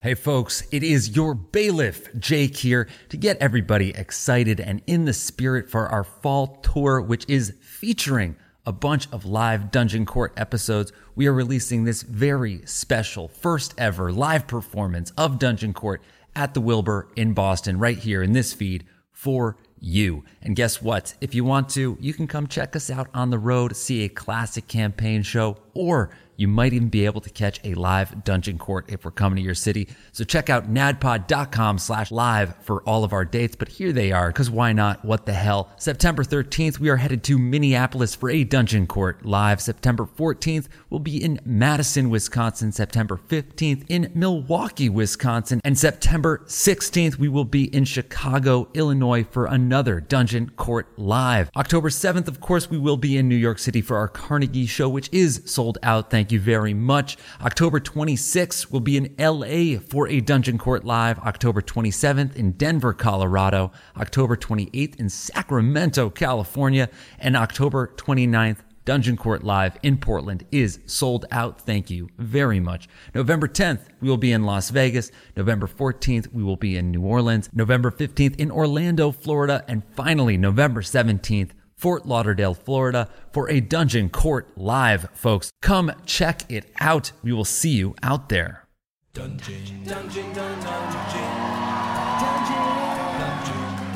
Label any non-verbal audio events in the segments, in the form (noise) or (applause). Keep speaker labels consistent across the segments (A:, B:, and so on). A: Hey folks, it is your bailiff, Jake, here to get everybody excited and in the spirit for our fall tour, which is featuring a bunch of live Dungeon Court episodes. We are releasing this very special, first ever live performance of Dungeon Court at the Wilbur in Boston, right here in this feed for you. And guess what? If you want to, you can come check us out on the road, see a classic campaign show, or you might even be able to catch a live dungeon court if we're coming to your city. So check out nadpod.com slash live for all of our dates. But here they are, because why not? What the hell? September 13th, we are headed to Minneapolis for a dungeon court live. September 14th, we'll be in Madison, Wisconsin. September 15th, in Milwaukee, Wisconsin. And September 16th, we will be in Chicago, Illinois for another dungeon court live. October 7th, of course, we will be in New York City for our Carnegie show, which is sold out. Thank Thank you very much. October 26th will be in LA for a Dungeon Court Live. October 27th in Denver, Colorado. October 28th in Sacramento, California. And October 29th, Dungeon Court Live in Portland is sold out. Thank you very much. November 10th, we will be in Las Vegas. November 14th, we will be in New Orleans. November 15th in Orlando, Florida. And finally, November 17th, Fort Lauderdale, Florida for a Dungeon Court Live, folks. Come check it out. We will see you out there.
B: Dungeon, dungeon, dungeon, dungeon,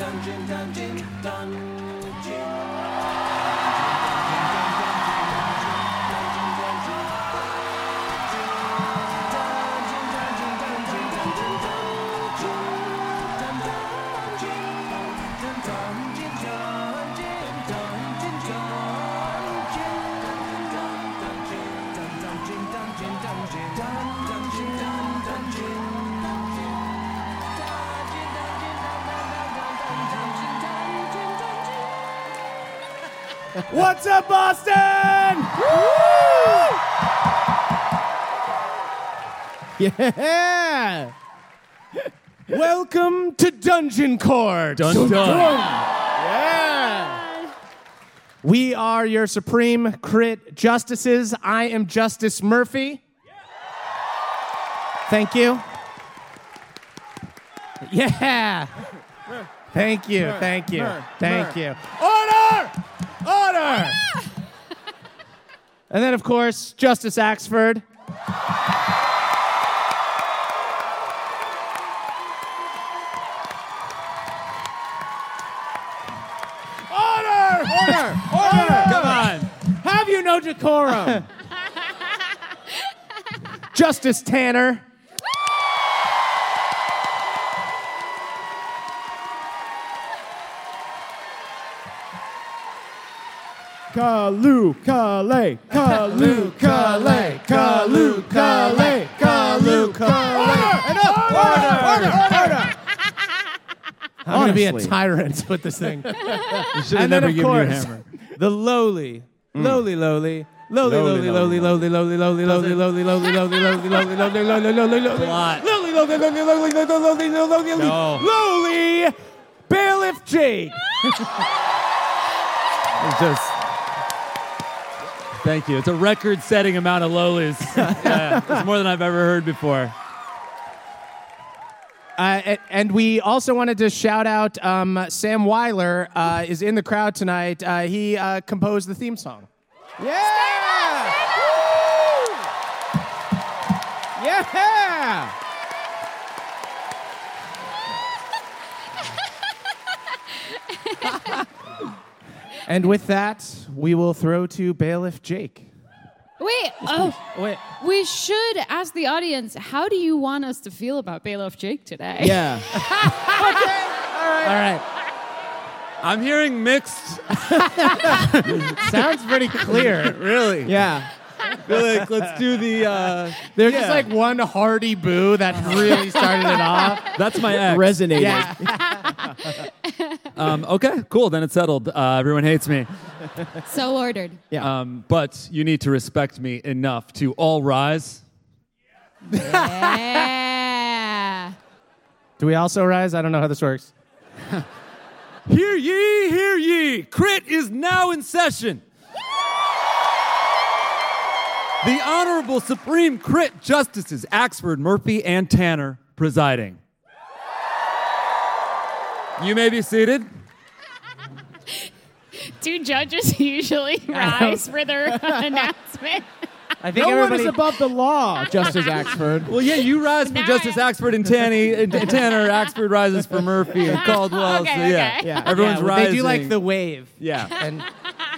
B: dungeon, dungeon, dungeon, dungeon.
C: What's up, Boston? Yeah. Welcome to Dungeon Court.
D: Dun, dun.
C: Yeah. We are your Supreme Crit Justices. I am Justice Murphy. Thank you. Yeah. Thank you. Thank you. Thank you. Order! Order! (laughs) and then, of course, Justice Axford. Order! Order! Order! Come on. Have you no decorum? (laughs) Justice Tanner. Kalu, Kale, Kalu, Kale, Kalu, Kale, Kalu, Kale. Order! Enough! Order! Order! Order! I'm going to be a
D: Honestly.
C: tyrant with this thing.
D: Should have
C: and then,
D: never
C: of
D: given you a
C: course,
D: hammer.
C: the lowly, lowly, lowly, lowly, lowly, lowly, lowly, lowly, lowly, lowly, lowly, lowly, lowly, lowly, lowly, lowly, lowly, lowly, lowly,
D: Lot.
C: lowly, lowly, lowly, lowly, lowly, lowly, lowly,
D: No.
C: lowly, lowly, bailiff Jake.
D: It's just. Thank you. It's a record-setting amount of lolis. (laughs) yeah, it's more than I've ever heard before.
C: Uh, a- and we also wanted to shout out um, Sam Weiler uh, is in the crowd tonight. Uh, he uh, composed the theme song. Yeah! Woo! Yeah! and with that, we will throw to bailiff Jake.
E: Wait, oh,
C: Wait.
E: we should ask the audience how do you want us to feel about Bailiff Jake today?
C: Yeah. (laughs) All right.
D: I'm hearing mixed.
C: Sounds pretty clear.
D: Really?
C: (laughs) Yeah.
F: They're like, let's do the. Uh,
G: There's
F: yeah.
G: just like one hearty boo that really started it off.
D: That's my ex.
C: Resonating.
G: Yeah.
D: Um, okay, cool. Then it's settled. Uh, everyone hates me.
E: (laughs) So ordered.
C: Yeah.
D: Um, but you need to respect me enough to all rise.
E: (laughs) Yeah.
G: Do we also rise? I don't know how this works.
D: Hear ye, hear ye. Crit is now in session. The Honorable Supreme Crit Justices Axford, Murphy, and Tanner presiding. You may be seated.
E: Do judges usually rise for their (laughs) announcement?
G: I think
C: No one
G: everybody.
C: is above the (laughs) law, Justice Axford.
D: Well, yeah, you rise for
E: Now
D: Justice
E: I-
D: Axford and Tanny, and and Tanner. Axford rises for Murphy
E: (laughs)
D: and Caldwell.
E: Okay,
D: so yeah,
E: okay.
C: Yeah.
D: everyone's
G: Yeah, well,
D: rising.
G: They do like the wave.
D: yeah.
G: And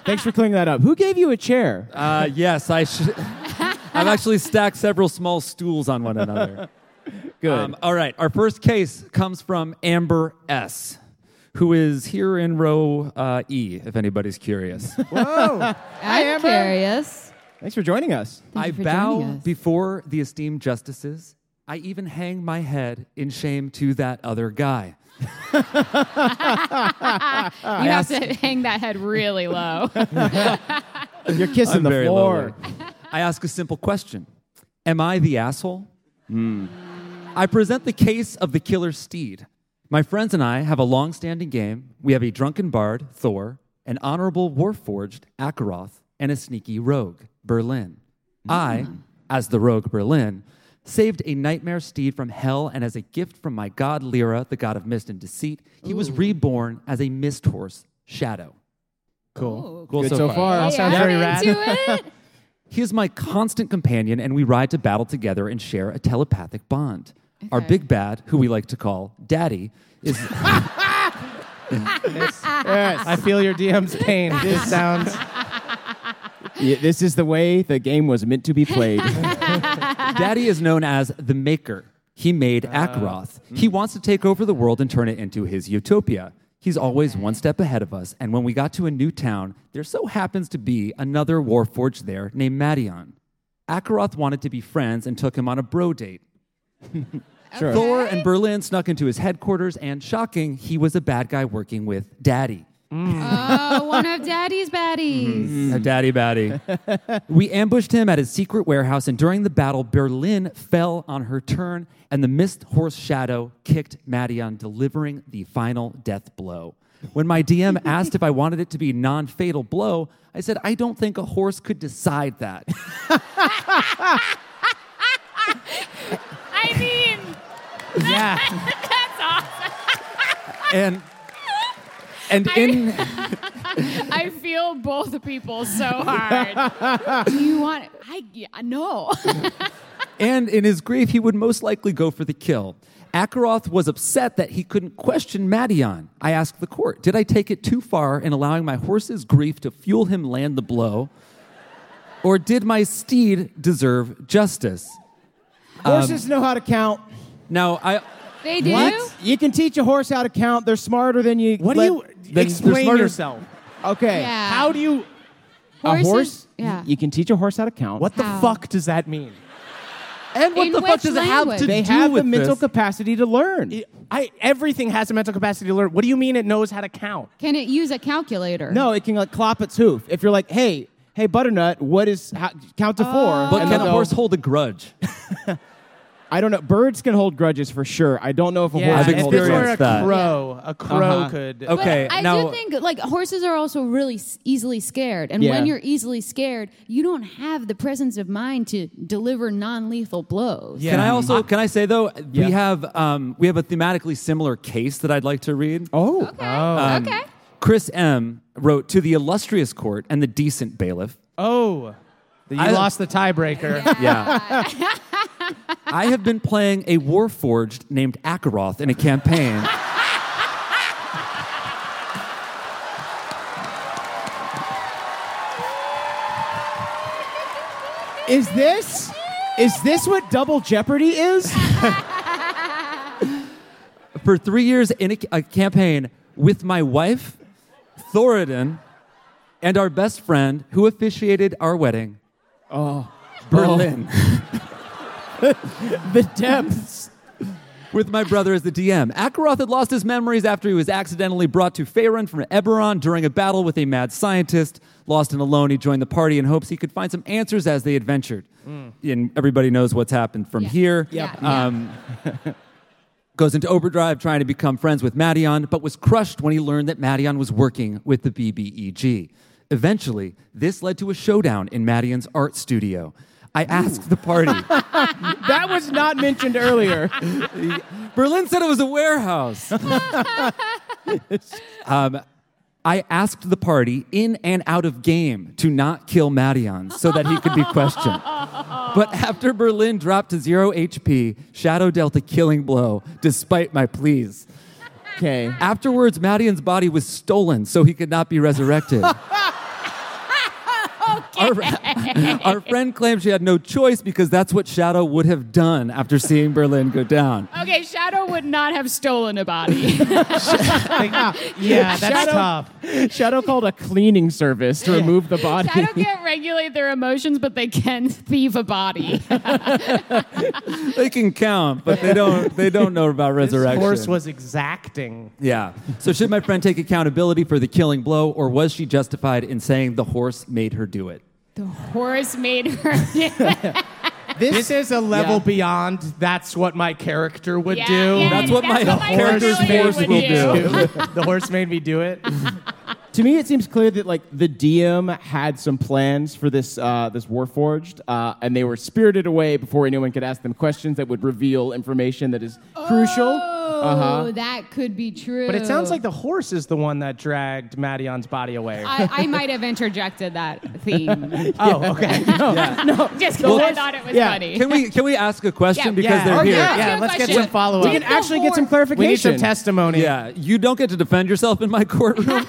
C: Thanks for clearing that up. Who gave you a chair?
D: Uh, yes, I should. (laughs) I've actually stacked several small stools on one (laughs) another.
C: Good.
D: Um, all right, our first case comes from Amber S., who is here in row uh, E, if anybody's
E: (laughs)
D: curious.
E: I'm curious.
C: Thanks for joining us.
E: Thank
D: I
E: you for joining
D: bow
E: us.
D: before the esteemed justices. I even hang my head in shame to that other guy.
E: you have to hang that head really low.
C: (laughs) You're kissing
D: I'm
C: the
D: very
C: floor.
D: lowly. I ask a simple question Am I the asshole?
C: Hmm.
D: I present the case of the killer steed. My friends and I have a long standing game. We have a drunken bard, Thor, an honorable warforged, Akaroth, and a sneaky rogue, Berlin.
C: Hmm.
D: I, as the rogue Berlin, saved a nightmare steed from hell, and as a gift from my god Lyra, the god of mist and deceit, he was reborn as a mist horse, Shadow.
G: cool.
D: Cool
C: Good so far.
G: That sounds
E: I'm
G: very rad.
E: into
C: (laughs)
E: it.
D: He is my constant companion, and we ride to battle together and share a telepathic bond. Our big bad, who we like to call Daddy, is
G: I feel your DM's pain. This sounds.
C: Yeah, this is the way the game was meant to be played.
D: Daddy is known as the Maker. He made Akroth. He wants to take over the world and turn it into his utopia. He's always one step ahead of us, and when we got to a new town, there so happens to be another warforged there named Madion. Akaroth wanted to be friends and took him on a bro date.
C: Sure.
D: Thor and Berlin snuck into his headquarters, and shocking, he was a bad guy working with Daddy.
E: Oh, one of Daddy's baddies.
D: A daddy baddie. (laughs) we ambushed him at his secret warehouse, and during the battle, Berlin fell on her turn, and the mist horse shadow kicked Madion, delivering the final death blow. When my (laughs) DM asked if I wanted it to be non fatal blow, I said, I don't think a horse could decide that.
C: Mm-hmm.
E: I mean,
D: yeah.
E: that's awesome.
D: And. And in (laughs)
E: I feel both people so hard. (laughs) Do you want? I yeah,
C: (laughs)
E: no.
D: and in his grief, he would most likely go for the kill. Akaroth was upset that he couldn't question Madion. I asked the court, did I take it too far in allowing my horse's grief to fuel him land the blow? Or did my steed deserve justice?
C: Horses know how to count.
D: Now, I,
E: They do.
C: You can teach a horse how to count. They're smarter than you.
G: What do
C: let-
G: you
C: than-
G: explain
C: they're smarter.
G: yourself?
C: Okay.
E: Yeah.
G: How do you?
C: A
E: Horses-
C: horse.
E: Yeah.
C: You can teach a horse how to count.
G: What the
E: How?
G: fuck does that mean?
D: and what
E: In
D: the fuck
E: which
D: does it have to
E: language?
C: They
D: do
C: have the
D: with
C: mental
D: this?
C: capacity to learn.
G: I everything has a mental capacity to learn. What do you mean it knows how to count?
E: Can it use a calculator?
C: No, it can like clop its hoof. If you're like, hey, hey, butternut, what is how, count to four?
D: But
C: and
D: can
C: they'll
D: a
C: go,
D: horse hold a grudge?
C: I don't know. Birds can hold grudges for sure. I don't know if a horse
D: I've
C: can hold a grudge.
D: experienced
G: if this were a
D: that.
G: crow, a crow
C: Uh-huh.
G: could.
D: Okay.
E: But I
D: now-
E: do think like horses are also really s- easily scared, and
C: Yeah.
E: when you're easily scared, you don't have the presence of mind to deliver non-lethal blows.
D: Can I also can I say though we have um, we have a thematically similar case that I'd like to read.
C: Oh,
E: Okay. okay.
D: Um, Chris M wrote to the illustrious court and the decent bailiff.
G: Oh, you
D: I-
G: lost the tiebreaker.
D: Yeah. (laughs) I have been playing a warforged named Akaroth in a campaign. (laughs)
C: is this is this what double jeopardy is?
D: For three years in a, a campaign with my wife, Thoradin, and our best friend who officiated our wedding, Berlin.
C: The depths.
D: with my brother as the DM. Akaroth had lost his memories after he was accidentally brought to Faerun from Eberron during a battle with a mad scientist. Lost and alone, he joined the party in hopes he could find some answers as they adventured. And everybody knows what's happened from
E: Yeah.
D: here.
E: Yeah,
D: Um, goes into overdrive trying to become friends with Madion, but was crushed when he learned that Madion was working with the BBEG. Eventually, this led to a showdown in Madion's art studio. I asked the
E: (laughs)
D: party.
H: That was not mentioned earlier.
D: Berlin said it was a (laughs) warehouse. um, I asked the party in and out of game to not kill Madion so that he could be questioned. But after Berlin dropped to zero HP, Shadow dealt a killing blow despite my pleas.
C: Okay.
D: Afterwards, Madion's body was stolen so he could not be resurrected. Our, our friend claimed she had no choice because that's what Shadow would have done after seeing Berlin go down.
E: Okay, Shadow would not have stolen a body. (laughs)
H: yeah, that's Shadow, tough. Shadow called a cleaning service to remove the body.
E: Shadow can't regulate their emotions, but they can thieve a body.
D: they can count, but they don't. They don't know about resurrection.
I: Horse was exacting.
D: yeah. So should my friend take accountability for the killing blow, or was she justified in saying the horse made her do it?
E: Horus made her.
I: This, is a level
D: yeah.
I: beyond. That's what my character would
E: Yeah,
I: do.
E: yeah,
D: That's what my
I: character's
E: familiar
D: force
E: would
D: will
E: do.
I: the horse made me do it.
C: (laughs) To me, it seems clear that like the DM had some plans for this uh, this Warforged, uh, and they were spirited away before anyone could ask them questions that would reveal information that is crucial.
E: Oh, that could be true.
I: But it sounds like the horse is the one that dragged Madion's body away.
E: I, I might have interjected that theme.
I: oh, okay.
E: Just because I thought it was
C: yeah.
E: funny.
D: Can we can we ask a question
E: Yeah.
D: because
I: Yeah.
D: they're
I: Oh,
D: here?
I: yeah.
E: Ask you a
I: let's get
E: question.
I: some follow-up.
E: Take
I: We
C: can
E: the
C: actually get some
E: horse-
C: clarification.
I: we need some testimony.
D: Yeah, you don't get to defend yourself in my (laughs) courtroom.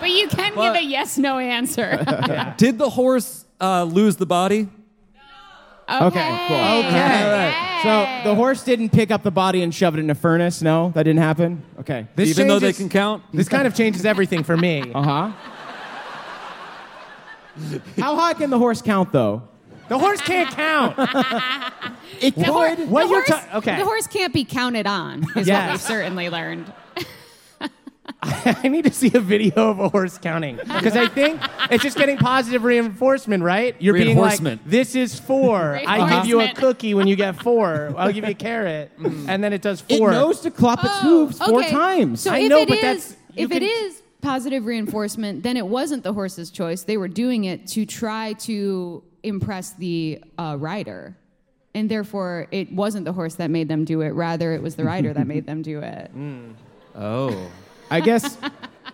E: But you can
D: But-
E: give a yes no answer. okay.
D: Did the horse uh, lose the body?
C: Okay, cool.
I: Okay.
C: All So the horse didn't pick up the body and shove it in a furnace. No, that didn't happen. Okay.
I: This
D: Even though they
I: changes-
D: can count?
I: This kind of changes everything for me.
C: Uh huh. How high can the horse count though?
I: The horse can't count. (laughs)
C: It
E: The, hor-
C: could.
E: the
I: What you're
E: horse,
I: ta- okay.
E: the horse can't be counted on, is what
I: Yes.
E: we've certainly learned.
I: I need to see a video of a horse counting because I think it's just getting positive reinforcement, right? You're being like,
D: Reinforcement.
I: "This is four. I give you a
E: Reinforcement.
I: cookie when you get four. I'll give you a carrot, and then Mm-hmm. it does
C: it
I: four.
C: knows to clop its hooves four times.
E: Oh, So
I: I
E: if
I: know,
E: it
I: but
E: is-
I: that's- you
E: if
I: can-
E: it is positive reinforcement, then it wasn't the horse's choice. They were doing it to try to impress the uh, rider, and therefore it wasn't the horse that made them do it. Rather, it was the rider that made them do
I: (laughs)
E: it.
D: Oh.
C: I guess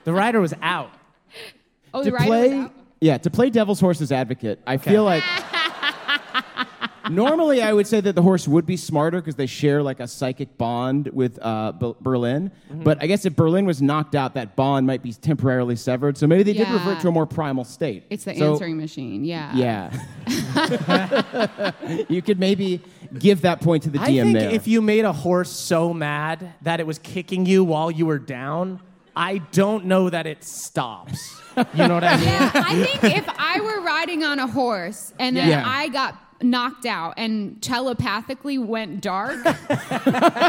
I: the rider was out.
E: Oh,
C: to
E: the rider was
C: play
E: out.
C: yeah to play devil's horse's advocate i feel like normally i would say that the horse would be smarter because they share like a psychic bond with uh, B- berlin but i guess if berlin was knocked out that bond might be temporarily severed so maybe they did
E: Yeah.
C: revert to a more primal state
E: It's the
C: So-
E: answering machine. Yeah.
C: yeah (laughs) you could maybe give that point to the
I: I
C: dm
I: think
C: there
I: if you made a horse so mad that it was kicking you while you were down, I don't know that it stops. You know what (laughs) I mean?
E: Yeah, I think if I were riding on a horse and then
C: Yeah.
E: I got knocked out and telepathically went dark,
D: (laughs)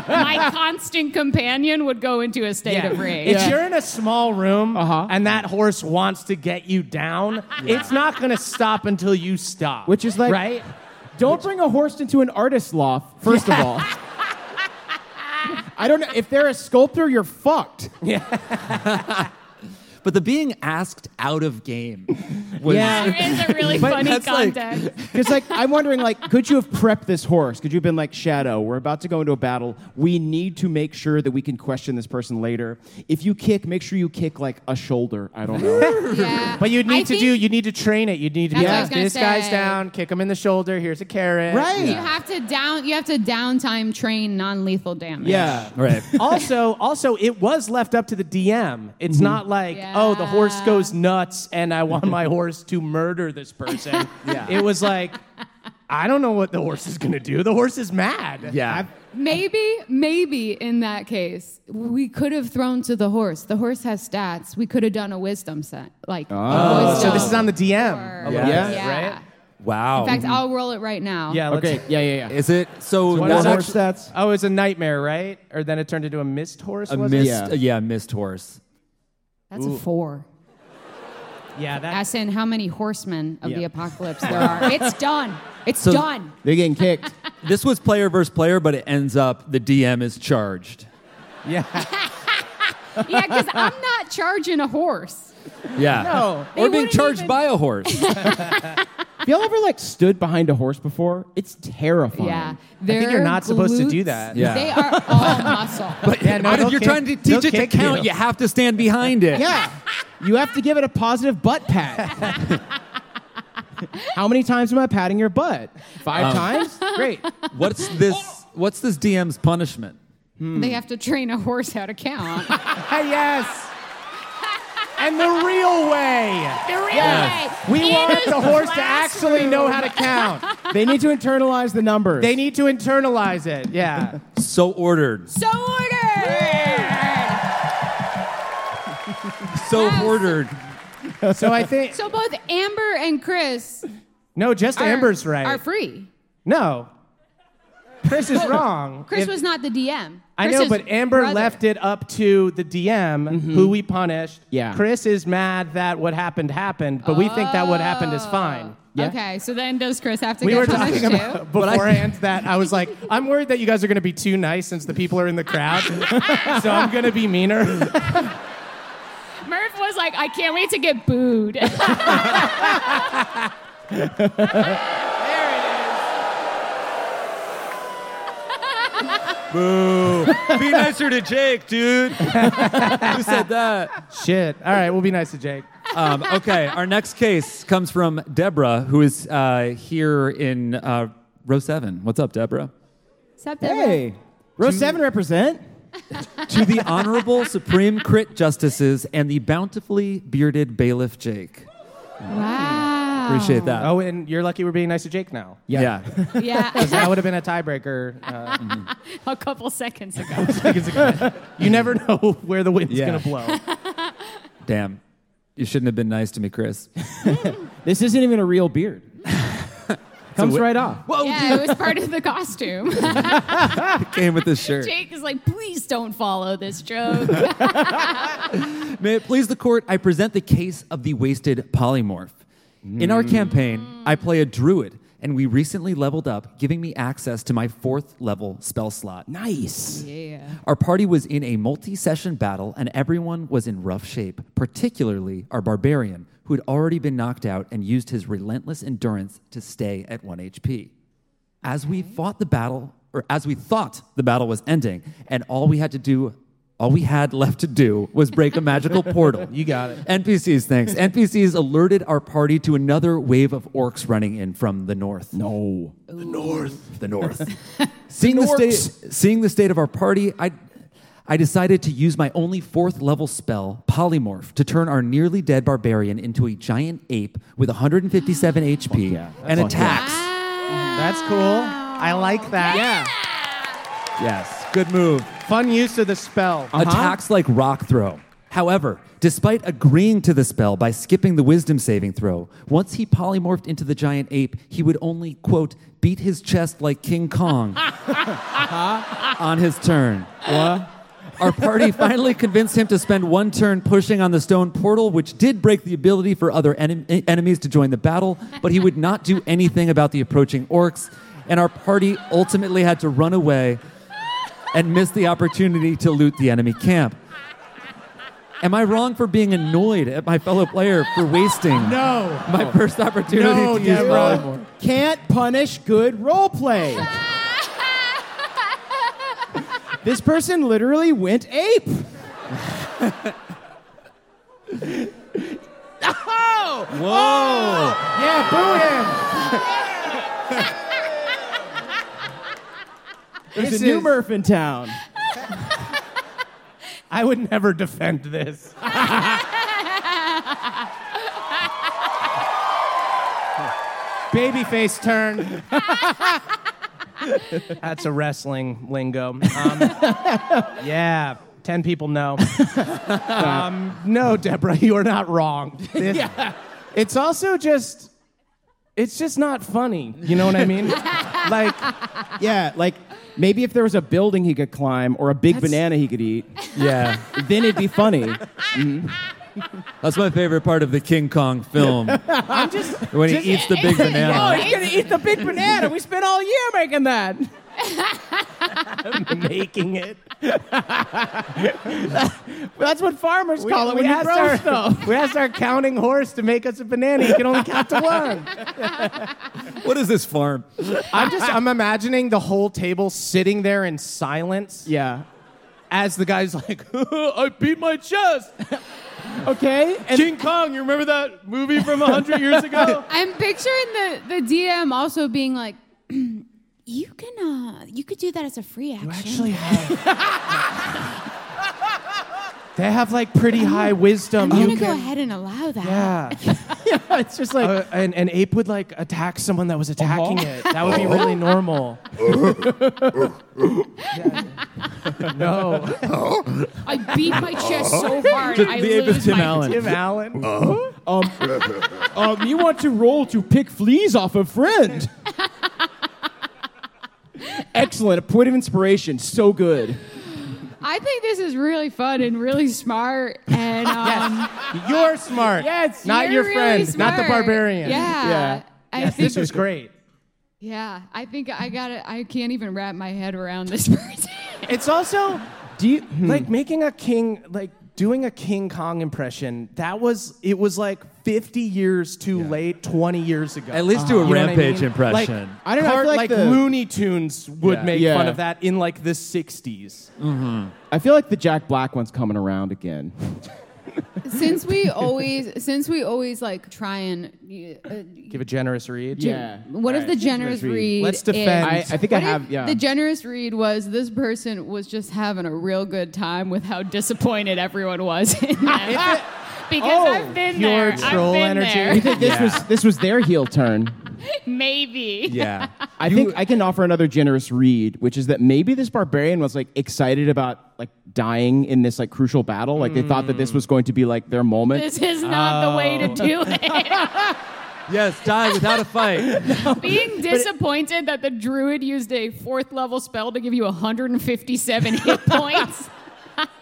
E: my constant companion would go into a state of rage.
I: If you're in a small room and that horse wants to get you down, it's not going to stop until you stop.
C: Which is like-
I: right?
C: Don't bring a horse into an artist's loft, first of all. I don't know. If they're a sculptor, you're fucked.
D: But the being asked out of game was.
C: Yeah.
E: There is a really
D: But
E: funny
D: that's like-
E: context.
C: Because, like, I'm wondering, like, could you have prepped this horse? Could you have been like, Shadow, we're about to go into a battle. We need to make sure that we can question this person later. If you kick, make sure you kick, like, a shoulder. I don't (laughs) know.
E: yeah.
I: But you need
E: I
I: to
E: think
I: do. You need to train it. You need to
E: That's
I: be
E: what I
I: like,
E: was gonna
I: this guy's
E: say.
I: down. Kick him in the shoulder. Here's a carrot.
C: right.
E: You have to down. You have to downtime train non-lethal damage.
C: Yeah.
D: (laughs) Right.
I: also, also, it was left up to the DM. It's not like, oh, the horse
E: Yeah.
I: goes nuts, and I want (laughs) my horse to murder this person. (laughs) yeah. It was like, I don't know what the horse is gonna do. The horse is mad.
D: Yeah.
E: Maybe, maybe in that case, we could have thrown to the horse. The horse has stats. We could have done a wisdom set, like. Oh,
I: So this is on the DM.
C: Yeah.
E: yeah.
I: right?
A: Wow.
E: In fact, I'll roll it right now.
I: Yeah. let's-
C: Okay. Yeah, yeah, yeah.
A: is it so?
I: What
A: that's
I: is
D: horse
A: actu-
D: stats?
I: Oh, it's a nightmare, right? Or then it turned into a missed horse.
A: a
I: was
A: missed,
I: It?
A: yeah.
C: Yeah.
A: missed horse.
E: That's a four.
I: Yeah. That.
E: As in how many horsemen of
I: Yeah.
E: the apocalypse
I: (laughs)
E: there are. It's done. It's
A: So-
E: done.
C: They're getting kicked.
A: This was player versus player, but it ends up the DM is charged.
I: Yeah.
E: Yeah, because I'm not charging a horse.
A: Yeah.
E: They
A: Or being
E: wouldn't
A: charged
E: even-
A: by a
I: (laughs)
A: horse.
C: Have y'all ever like stood behind a horse before? It's terrifying.
E: Yeah.
I: think
E: Their
I: you're not supposed to do
E: glutes,
I: that.
A: Yeah.
E: They are
I: (laughs)
E: all muscle.
I: Yeah, no,
A: But if
I: they'll
A: you're
I: kick-
A: trying to
I: they'll
A: teach it to
I: kick you.
A: count, you. have to stand behind it.
C: Yeah. You have to give it a positive butt pat. (laughs) How many times am I patting your butt? Five times? Great.
A: What's this? What's this DM's punishment?
E: They have to train a horse how to count. (laughs)
I: (laughs) Ah, yes. And the real way. We want the horse to actually know how to (laughs) count.
C: They need to internalize the numbers. (laughs)
I: They need to internalize it. Yeah.
A: So ordered.
E: So ordered.
A: So
E: Yes.
A: ordered.
I: (laughs) So I think
E: So both Amber and Chris
I: (laughs) no, just
E: are,
I: Amber's right.
E: are free.
I: no, (laughs) Chris is wrong.
E: Chris
I: If-
E: was not the DM.
I: I know,
E: Chris's
I: but Amber
E: brother.
I: left it up to the DM
A: Mm-hmm.
I: who we punished.
C: Yeah.
I: Chris is mad that what happened happened, but we think that what happened is fine.
E: Okay, so then does Chris have to
I: We
E: get
I: were
E: punished
I: talking
E: too?
I: about
C: (laughs)
I: beforehand that I was like, I'm worried that you guys are going to be too nice since the people are in the crowd, (laughs) so I'm going to be meaner. (laughs)
E: Murph was like, I can't wait to get
I: (laughs)
E: booed.
A: Be nicer to Jake, dude. (laughs) Who said that?
I: Shit. All right, we'll be nice to Jake.
A: Um, okay, our next case comes from Deborah, who is uh, here in uh, row seven. What's up, Deborah?
E: Except that-
C: Hey. Row 7 represent.
A: to the Honorable Supreme Crit Justices and the bountifully bearded bailiff Jake.
E: Wow.
A: Appreciate that.
I: Oh, and you're lucky we're being nice to Jake now. (laughs)
A: yeah.
E: Yeah, (laughs)
I: That would have been a tiebreaker. Uh, (laughs)
E: a couple seconds ago.
I: seconds ago. You never know (laughs) where the wind's
A: Yeah.
I: going to blow.
A: Damn. You shouldn't have been nice to me, (laughs) Chris.
C: This isn't even a real
I: (laughs)
C: beard. Comes
A: whi-
C: right off.
A: Whoa,
E: Yeah, it was part of the
I: (laughs)
E: costume.
A: came with this shirt.
E: Jake is like, please don't follow this
I: (laughs)
E: joke.
A: May it please the court, I present the case of the wasted polymorph. In our campaign, I play a druid, and we recently leveled up, giving me access to my fourth level spell slot.
C: Nice.
A: Our party was in a multi session battle, and everyone was in rough shape, particularly our barbarian, who had already been knocked out and used his relentless endurance to stay at 1 HP. As we fought the battle, or as we thought the battle was ending, and all we had to do, all we had left to do was break a magical portal. (laughs) You
I: got it.
A: NPCs, thanks. NPCs alerted our party to another wave of orcs running in from the north. No. The north. The (laughs) north. seeing, the state, seeing the state of our party, I, I decided to use my only fourth level spell, Polymorph, to turn our nearly dead barbarian into a giant ape with 157 HP and attacks.
I: That's cool. I like that. Yeah.
A: Yes. Good move.
I: Fun use of the spell. Uh-huh.
A: attacks like rock throw. However, despite agreeing to the spell by skipping the wisdom saving throw, once he polymorphed into the giant ape, he would only, quote, beat his chest like King
I: (laughs)
A: Kong Uh-huh. on his turn. Our party finally convinced him to spend one turn pushing on the stone portal, which did break the ability for other enem- eh, enemies to join the battle, but he would not do anything about the approaching orcs, and our party ultimately had to run away and missed the opportunity to loot the enemy camp. Am I wrong for being annoyed at my fellow player for wasting
I: No.
A: my first opportunity
I: No,
A: to use
I: Deborah.
A: volleyball?
C: Can't punish good role play. this person literally went ape.
A: Whoa!
C: Oh! Yeah, boo him. There's
I: This
C: a new
I: is-
C: Murph in town.
I: I would never defend this. Babyface turn. (laughs) That's a wrestling lingo. Um, yeah, 10 people know. (laughs) um, no, Deborah, you are not wrong. This- It's also just
C: it's just not funny. You know what I
I: (laughs)
C: mean? like, yeah, like maybe if there was a building he could climb or a big banana he could
I: (laughs)
C: eat,
D: Yeah.
C: then it'd be funny.
D: That's my favorite part of the King Kong
A: (laughs)
D: film. when he eats the big
C: oh,
D: banana.
C: he's gonna eat the big banana. We spent all year making that.
I: (laughs)
C: making it. (laughs) That's what farmers call it when you roast
I: our,
C: them.
I: (laughs) we asked our counting horse to make us a banana. He can only count to one.
C: (laughs)
D: What is this farm?
I: I'm just I'm imagining the whole table sitting there in silence
C: Yeah.
I: as the guy's like, (laughs) I beat my chest.
C: Okay. And
I: King Kong, you remember that movie from hundred
C: (laughs)
I: years ago?
E: I'm picturing the, the DM also being like, (clears throat) you can uh, you could do that as a free action.
I: (laughs) They have like pretty high wisdom.
E: I'm gonna
I: You
E: go
I: can-
E: ahead and allow that.
I: Yeah.
C: (laughs) it's just like Uh-huh.
I: Uh, an, an ape would like attack someone that was attacking it. That would be really normal. no.
E: I beat my chest
I: (laughs)
E: so hard. I
D: the ape is
E: lose
D: Tim
E: my-
D: Allen.
I: Tim Allen.
C: um, you want to roll to pick fleas off a friend. Excellent. A point of inspiration. So good.
E: (laughs) I think this is really fun and really smart.
I: (laughs)
E: And um,
I: You're smart.
C: Yes,
I: Not
E: you're
I: your
E: really
I: friend. Not the
E: smart.
I: barbarian.
E: Yeah.
C: Yeah.
E: I
I: Yes,
E: think,
I: this was great.
E: yeah, I think I got it. I can't even wrap my head around this (laughs) person.
I: It's also do you like making a king like doing a King Kong impression? That was it was like 50 years too late 20 years ago.
D: At least do a
I: Uh-huh. You know what I
D: rampage
I: mean?
D: impression.
I: Like,
C: I don't know, I
I: part-
C: feel
I: like,
C: like the-
I: Looney Tunes would
D: Yeah.
I: make
C: Yeah.
I: fun of that in like the 60s.
C: I feel like the Jack Black one's coming around again.
E: since we always, since we always like try and uh,
I: Give a generous read.
C: Yeah.
E: What if the generous read?
I: Let's
E: is-
I: defend-
C: I, I think I
E: What if
C: have. Yeah.
E: The generous read was this person was just having a real good time with how disappointed everyone was (laughs) in them. because
I: Oh,
E: I've been
I: pure
E: there. I've
I: troll
E: been
I: energy.
C: You
E: there.
C: think this was this was their heel turn?
E: Maybe.
D: Yeah.
C: I think I can offer another generous read, which is that maybe this barbarian was like excited about like dying in this like crucial battle. Like they thought that this was going to be like their moment.
I: (laughs)
E: This is not the way to do it.
D: Yes, die without a fight.
E: Being disappointed that the druid used a fourth level spell to give you 157 hit (laughs) points.
D: (laughs)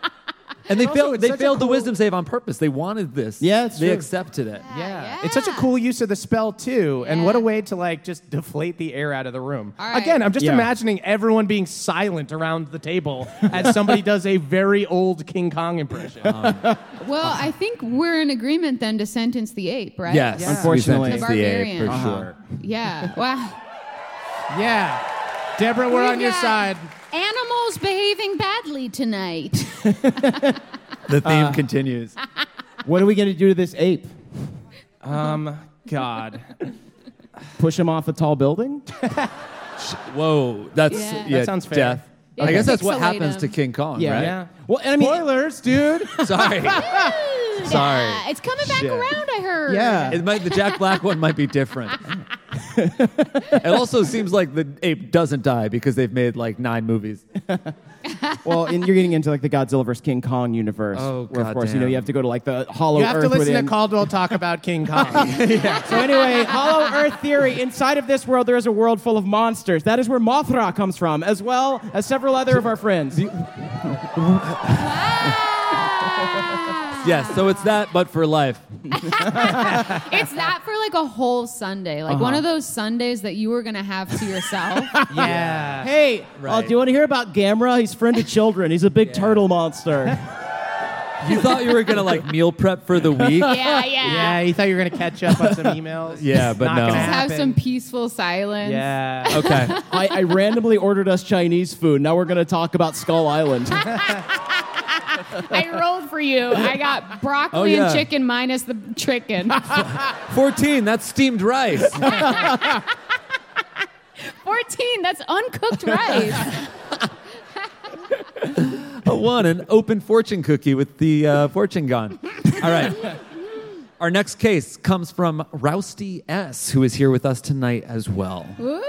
D: And they failed.
I: it's
D: They
I: such a
D: failed the
I: cool-
D: wisdom save on purpose. They wanted this.
C: Yeah, it's
D: they
C: true.
D: accepted it.
E: Yeah.
I: It's such a cool use of the spell too, and
E: Yeah.
I: what a way to like just deflate the air out of the room.
E: All right.
I: Again, I'm just
C: Yeah.
I: imagining everyone being silent around the
D: (laughs)
I: table as somebody does a very old King Kong impression.
D: Uh-huh.
E: Well, I think we're in agreement then to sentence the ape, right?
D: Yes,
C: Yeah. Unfortunately.
D: we sent
E: The
D: the ape
E: barbarian.
D: for
E: Uh-huh.
D: sure.
E: Yeah. Wow.
I: yeah, Deborah, we're
E: We've
I: on your
E: got
I: side.
E: Animals behaving badly tonight.
D: The theme continues.
C: What are we going to do to this ape?
D: (laughs)
I: God,
C: Push him off a tall building?
D: Whoa, that's
E: Yeah.
D: yeah,
E: That
I: sounds fair.
D: death. I
E: Okay.
D: guess that's what
E: Pixelate
D: happens
E: him.
D: to King Kong,
C: Yeah.
D: right?
I: (laughs) yeah.
C: Well, and I mean, (laughs)
I: Spoilers, dude.
D: Sorry, (laughs) sorry.
E: Yeah, it's coming back
D: Shit.
E: around, I heard.
C: Yeah.
D: It might the Jack Black one might be different. it also seems like the ape doesn't die because they've made like nine movies.
C: well, and you're getting into like the Godzilla versus King Kong universe.
D: Oh,
C: where, of course, you know
D: goddamn.
C: you have to go to like the Hollow
I: You have
C: Earth
I: to listen
C: within.
I: to Caldwell talk about King
D: (laughs)
I: Kong.
C: So anyway,
I: (laughs)
C: Hollow Earth theory. Inside of this world, there is a world full of monsters. That is where Mothra comes from, as well as several other of our friends.
E: Ah.
D: Yes, so it's that, but for life.
E: It's that for like a whole Sunday, like one of those Sundays that you were gonna have to yourself.
I: yeah.
C: Hey,
I: (laughs)
C: uh, do you want to hear about Gamera? He's friend of children. He's a big turtle
I: (laughs)
C: monster.
D: You thought you were gonna like meal prep for the (laughs) week.
E: yeah, yeah. (laughs)
I: Yeah, you thought you were gonna catch up on some emails.
D: Yeah, but
I: Not
D: no.
I: gonna
D: Just
E: Have
I: happen.
E: some peaceful silence.
I: Yeah.
D: Okay.
C: I, I randomly ordered us Chinese food. Now we're going to talk about Skull
I: (laughs)
C: Island.
E: I rolled for you. I got broccoli
D: Oh, yeah.
E: and chicken minus the chicken.
D: 14, that's steamed
I: (laughs)
D: rice.
E: 14, that's uncooked rice.
D: A one, an open fortune cookie with the uh, fortune gone. All right. Our next case comes from Rousty S, who is here with us tonight as well.
E: Ooh.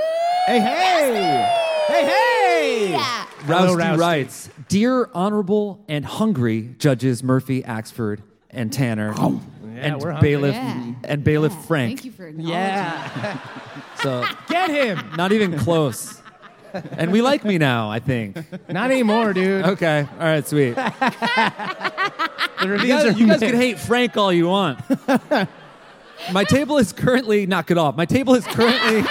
C: hey, hey! Hey, hey!
D: Rousty,
I: Hello, Rousty.
D: writes Dear honorable and hungry judges Murphy, Axford, and Tanner, and
I: Oh. we're hungry.
D: bailiff
E: Yeah.
D: and bailiff
E: Yeah,
D: Frank.
E: Thank you for acknowledging.
D: So
I: Get him.
E: (laughs)
D: not even close. and we like me now, I think.
I: Not anymore, dude.
E: (laughs)
D: Okay, all right, sweet.
I: (laughs) The
D: You
I: reviews are
D: guys, you guys
I: mixed.
D: can hate Frank all you want. My table is currently knock it off. My table is
I: (laughs)
D: currently.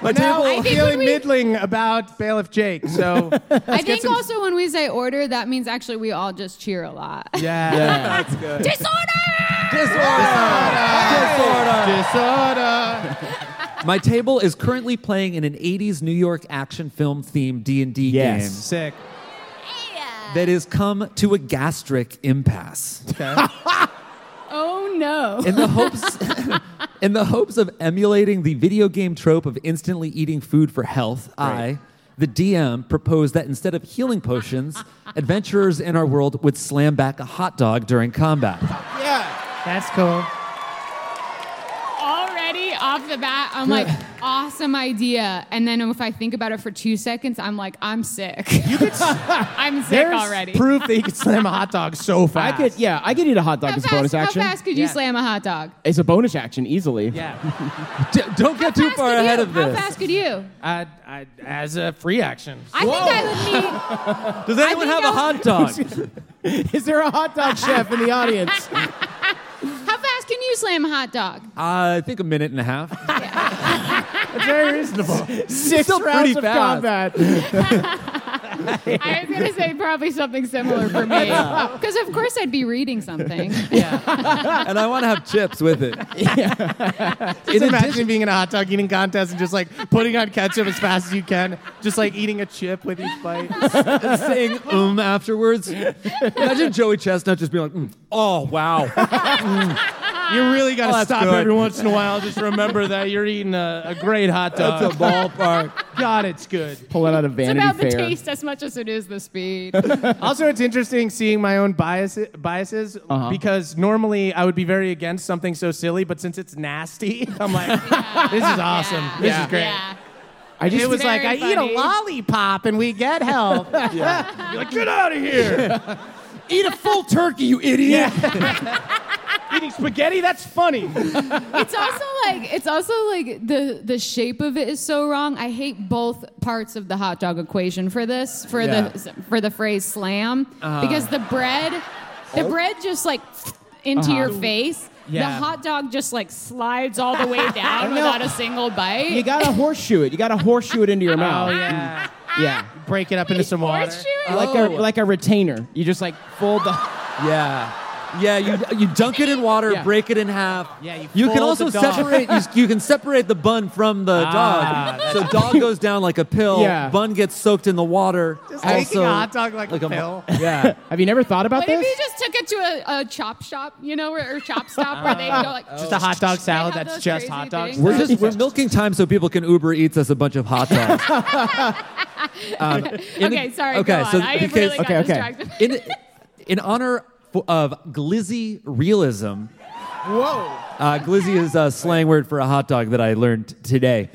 D: My
I: Now
D: table.
I: I
E: I think
I: feeling
E: when we-
I: middling about bailiff Jake.
E: (laughs)
I: So
E: I think also when we say order, that means actually we all just cheer a lot. (laughs)
I: yeah.
E: Disorder!
D: Disorder.
I: Disorder.
D: My table is currently playing in an 80s New York action film themed D&D game
I: Sick.
D: that has come to a gastric impasse.
E: Oh no.
D: in the hopes (laughs) in the hopes of emulating the video game trope of instantly eating food for health i the dm proposed that instead of healing potions adventurers in our world would slam back a hot dog during combat
I: That's cool.
E: Already off the bat, I'm like, awesome idea. And then if I think about it for two seconds, I'm like, I'm sick. (laughs) I'm sick
I: There's
E: already.
I: proof that you could slam a hot dog so
C: I
I: fast.
C: could, yeah, I could eat a hot dog
E: how
C: as a
E: fast,
C: bonus
E: how
C: action.
E: fast could you slam a hot dog?
C: It's a bonus action easily.
I: Yeah.
D: D- don't get too
E: Fast
D: far
E: could
D: ahead
E: you?
D: of this
E: How fast could you?
I: I, I, as a free action.
E: I think I would need.
D: does anyone
E: think
D: have
E: I
D: a
E: (laughs)
D: hot dog
C: (laughs) Is there a hot dog chef in the audience?
E: How fast can you slam a hot dog?
D: i think a minute and a half
I: It's (laughs) very reasonable.
C: (laughs) Six
D: Still pretty
C: rounds of
D: fast.
C: combat.
I: (laughs)
E: I was gonna say probably something similar for me, because of course I'd be reading something.
D: and i want to have chips with it in
I: Just imagine
D: addition-
I: being in a hot dog eating contest and just like putting on ketchup as fast as you can, just like eating a chip with each bite.
D: (laughs) saying um afterwards imagine joey chestnut just being like mm, oh (laughs) wow
I: You really
D: Oh,
I: gotta
D: that's
I: stop
D: good.
I: every once in a while. Just remember that you're eating a, a great hot dog.
D: that's a ballpark
I: God, it's good.
C: Pulling out a
E: It's
C: Vanity
E: about the
C: Fair.
E: taste as much as it is the speed.
I: Also, it's interesting seeing my own bias, biases because normally I would be very against something so silly, but since it's nasty, (laughs) I'm like, this is awesome. This
C: Yeah.
I: is great.
E: Yeah.
C: I just
I: It was
E: Very
I: like, I eat
E: funny.
I: a lollipop and we get help. You're like, get out of here.
C: eat a full turkey, you idiot.
I: Eating spaghetti? That's funny.
E: It's also like it's also like the the shape of it is so wrong. I hate both parts of the hot dog equation for this for the for the phrase slam because the bread the bread just like into your face. The
I: Yeah.
E: hot dog just like slides all the way down without a single bite.
C: You gotta horseshoe it. You gotta horseshoe it into your mouth. Mm.
I: Oh, yeah.
C: Yeah. Oh.
I: Break it up into some water.
E: Horseshoe it?
C: Like a like a retainer. You just like fold the.
D: Yeah. Yeah, you, you dunk it in water,
C: Yeah.
D: break it in half.
I: Yeah, you
D: can
I: fold the
D: also
I: dog.
D: separate. You, you can separate the bun from the
I: Ah,
D: dog. So dog goes down like a pill.
C: Yeah.
D: Bun gets soaked in the water.
I: Just making a hot dog like, a
D: mo-
I: pill.
D: Yeah.
C: Have you never thought about
E: What if
C: this?
E: you just took it to a, a chop shop, you know, or, or chop stop where they go like
I: Just a hot dog salad
E: have
I: that's
E: those
I: just
E: crazy
I: hot dogs.
E: things.
D: We're just we're milking time so people can Uber Eats us a bunch of hot dogs.
E: (laughs)
D: Um, in-
E: Okay, sorry,
D: Okay,
E: go on.
D: so
E: I
D: because-
E: really got
C: okay, okay.
E: distracted.
D: in in honor f- of glizzy realism. Whoa! Uh, glizzy is a slang word for a hot dog that I learned (laughs) today.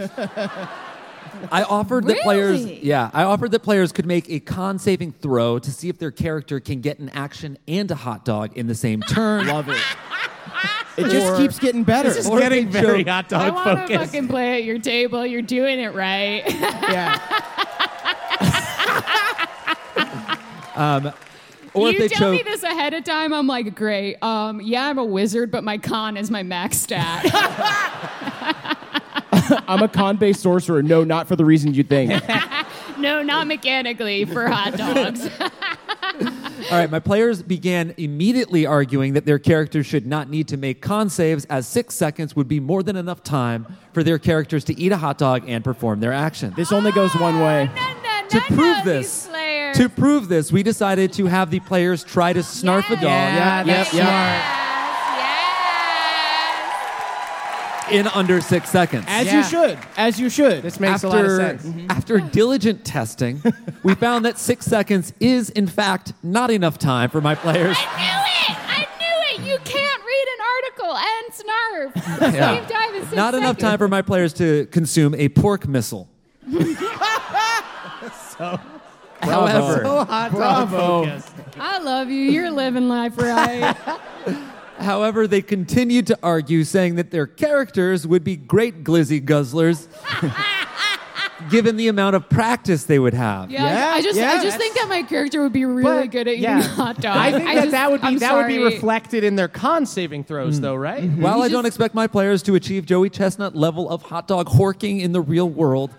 D: I offered that players,
E: Really?
D: yeah, I offered that players could make a con-saving throw to see if their character can get an action and a hot dog in the same turn. Love it.
C: it just keeps getting better.
I: This is
D: Or
I: getting
D: a
I: very
D: joke.
I: hot
E: I
I: dog
E: want to
I: focused.
E: fucking play at your table. You're doing it
D: (laughs)
E: right.
C: yeah.
D: Or
E: you
D: if they
E: tell
D: choke,
E: me this ahead of time, I'm like, great. Um, yeah, I'm a wizard, but my con is my max
C: (laughs)
E: stat.
D: (laughs)
E: (laughs)
C: I'm a con-based sorcerer. No, not for the reasons you think.
E: no, not mechanically for
D: (laughs)
E: hot dogs.
D: All right, my players began immediately arguing that their characters should not need to make con saves, as six seconds would be more than enough time for their characters to eat a hot dog and perform their action.
C: This only goes one
E: (laughs)
C: way.
D: to prove this, to prove this, we decided to have the players try to snarf a dog
I: Yeah,
C: Yep,
I: that's
C: yep.
I: smart.
D: in under six seconds.
C: As
I: Yeah.
C: you should. As you should.
I: This makes a lot of sense. Mm-hmm.
D: after diligent testing, we found that six seconds is, in fact, not enough time for my players.
E: I knew it! I knew it! You can't read an article and snarf at the
D: (laughs) Yeah.
E: same time. It's six
D: Not enough time
E: seconds.
D: for my players to consume a pork missile. However,
I: Bravo.
E: I love you. You're living life
D: (laughs)
E: right.
D: However, they continued to argue, saying that their characters would be great glizzy guzzlers (laughs) given the amount of practice they would have.
E: Yeah,
I: Yeah,
E: I just
I: yeah,
E: I just think that my character would be really good at eating hot dogs.
I: I think that
E: just-
I: that would be
E: I'm
I: that would be
E: sorry.
I: reflected in their con saving throws,
C: Mm.
I: though, right?
C: Mm-hmm.
D: While I don't
E: just-
D: expect my players to achieve Joey Chestnut level of hot dog horking in the real world,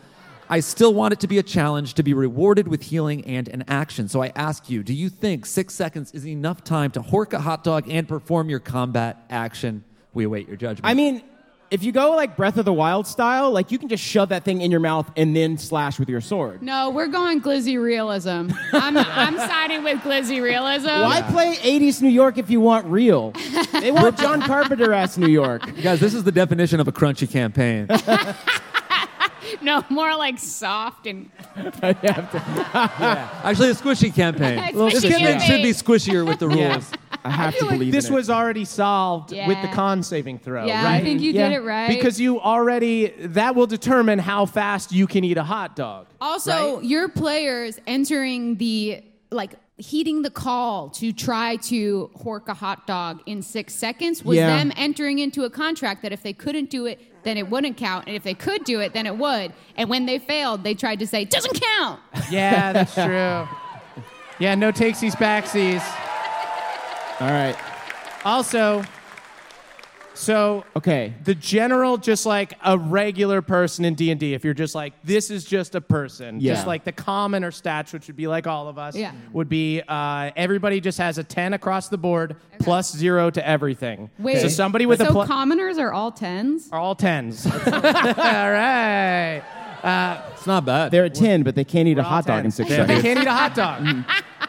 D: I still want it to be a challenge to be rewarded with healing and an action. So I ask you, do you think six seconds is enough time to hork a hot dog and perform your combat action? We await your judgment.
C: I mean, if you go like Breath of the Wild style, like you can just shove that thing in your mouth and then slash with your sword.
E: No, we're going glizzy realism. I'm I'm siding with glizzy realism.
C: Why play 80s New York if you want (laughs) real? They want John Carpenter ass New York.
D: guys, this is the definition of a crunchy campaign.
E: No, more like soft and
D: Actually, a ssquishy campaign.
E: It's
D: this
E: squishy
D: campaign
E: campaign.
D: should be squishier with the rules.
C: I have to believe
I: This
C: in it.
I: was already solved with the
E: Yeah.
I: con saving throw,
E: Yeah, I
I: Oh, right?
E: think you did it right.
I: Because you already that will determine how fast you can eat a hot dog.
E: Also, your players entering the like heeding the call to try to hork a hot dog in six seconds was
C: Yeah.
E: them entering into a contract that if they couldn't do it, then it wouldn't count, and if they could do it, then it would. And when they failed, they tried to say doesn't count.
I: Yeah, that's true. Yeah, no takesies backsies.
C: All right.
I: Also, so
C: Okay.
I: the general just like a regular person in d&d if you're just like this is just a person
C: Yeah.
I: just like the common or stats which would be like all of us
E: Yeah.
I: would be uh, everybody just has a 10 across the board plus zero to everything
E: Wait,
I: so somebody with a
E: so
I: pl-
E: commoners are all tens.
I: are all
E: (laughs)
I: 10s (laughs) all right
D: It's not bad.
C: They're at 10, but they can't eat a
I: All
C: hot dog in
I: 10s.
C: six
I: they,
C: seconds.
I: they can't eat a hot
C: (laughs)
I: dog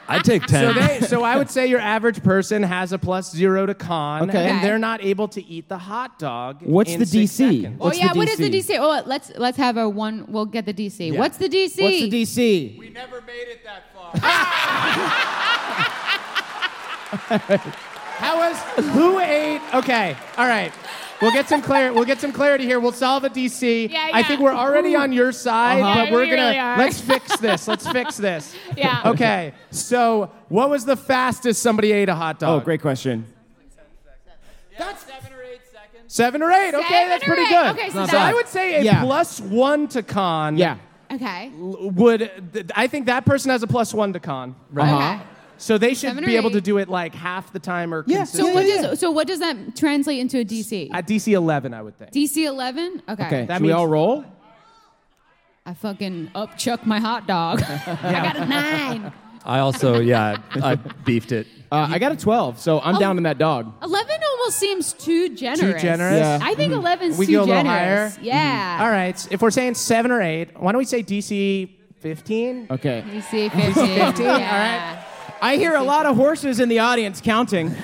D: I take
I: so
D: ten.
I: they so i would say your average person has a plus zero to con
C: Okay.
I: and
E: Okay.
I: they're not able to eat the hot dog
C: What's
I: in
C: the
I: six
C: DC?
I: seconds.
C: What's
E: oh yeah,
C: the
E: what is the
C: DC?
E: DC? Oh, let's let's have a one. We'll get the DC. What's the DC?
C: What's the DC?
J: We never made it that far.
I: (laughs) How was who ate? Okay, all right. We'll get some clar- We'll get some clarity here. We'll solve a DC.
E: Yeah,
I: I
E: yeah.
I: think we're already on your side,
E: Uh-huh.
I: but
E: Yeah,
I: we're
E: we
I: gonna
E: really are.
I: let's fix this. Let's
E: (laughs)
I: fix this.
E: Yeah.
I: Okay. So, what was the fastest somebody ate a hot
C: Oh,
I: dog?
C: great question.
J: Seven or eight seconds.
I: Seven or eight. Okay,
E: Seven
I: that's
E: or
I: pretty
E: eight.
I: good.
E: Okay, so
I: so
E: that-
I: I would say a
C: Yeah.
I: plus one to con.
C: Yeah.
E: Okay.
I: Uh-huh. Would th- I think that person has a plus one to con? Right.
E: Okay.
I: So they should
E: Seven or
I: be able to
E: eight.
I: do it like half the time or
C: Yeah,
I: consistent.
E: So what
C: yeah.
E: does so what does that translate into a DC?
I: at DC eleven, I would think.
E: DC eleven. Okay.
C: Okay.
I: That
C: Should we
I: means-
C: all roll?
E: I fucking upchuck my hot
I: (laughs)
E: dog. I got a nine.
D: I also, yeah, I I beefed it.
C: Uh, I got a 12, so I'm
E: Oh.
C: down in that dog.
E: Eleven almost seems too generous.
I: generous? Yeah.
E: I think eleven's
I: We
E: too
I: go a little
E: generous.
I: higher? Mm-hmm.
E: Yeah.
I: All right. If we're saying seven or eight, why don't we say DC 15?
C: Okay.
E: DC fifteen.
I: (laughs)
E: yeah.
C: I hear a lot of horses in the audience counting.
E: (laughs)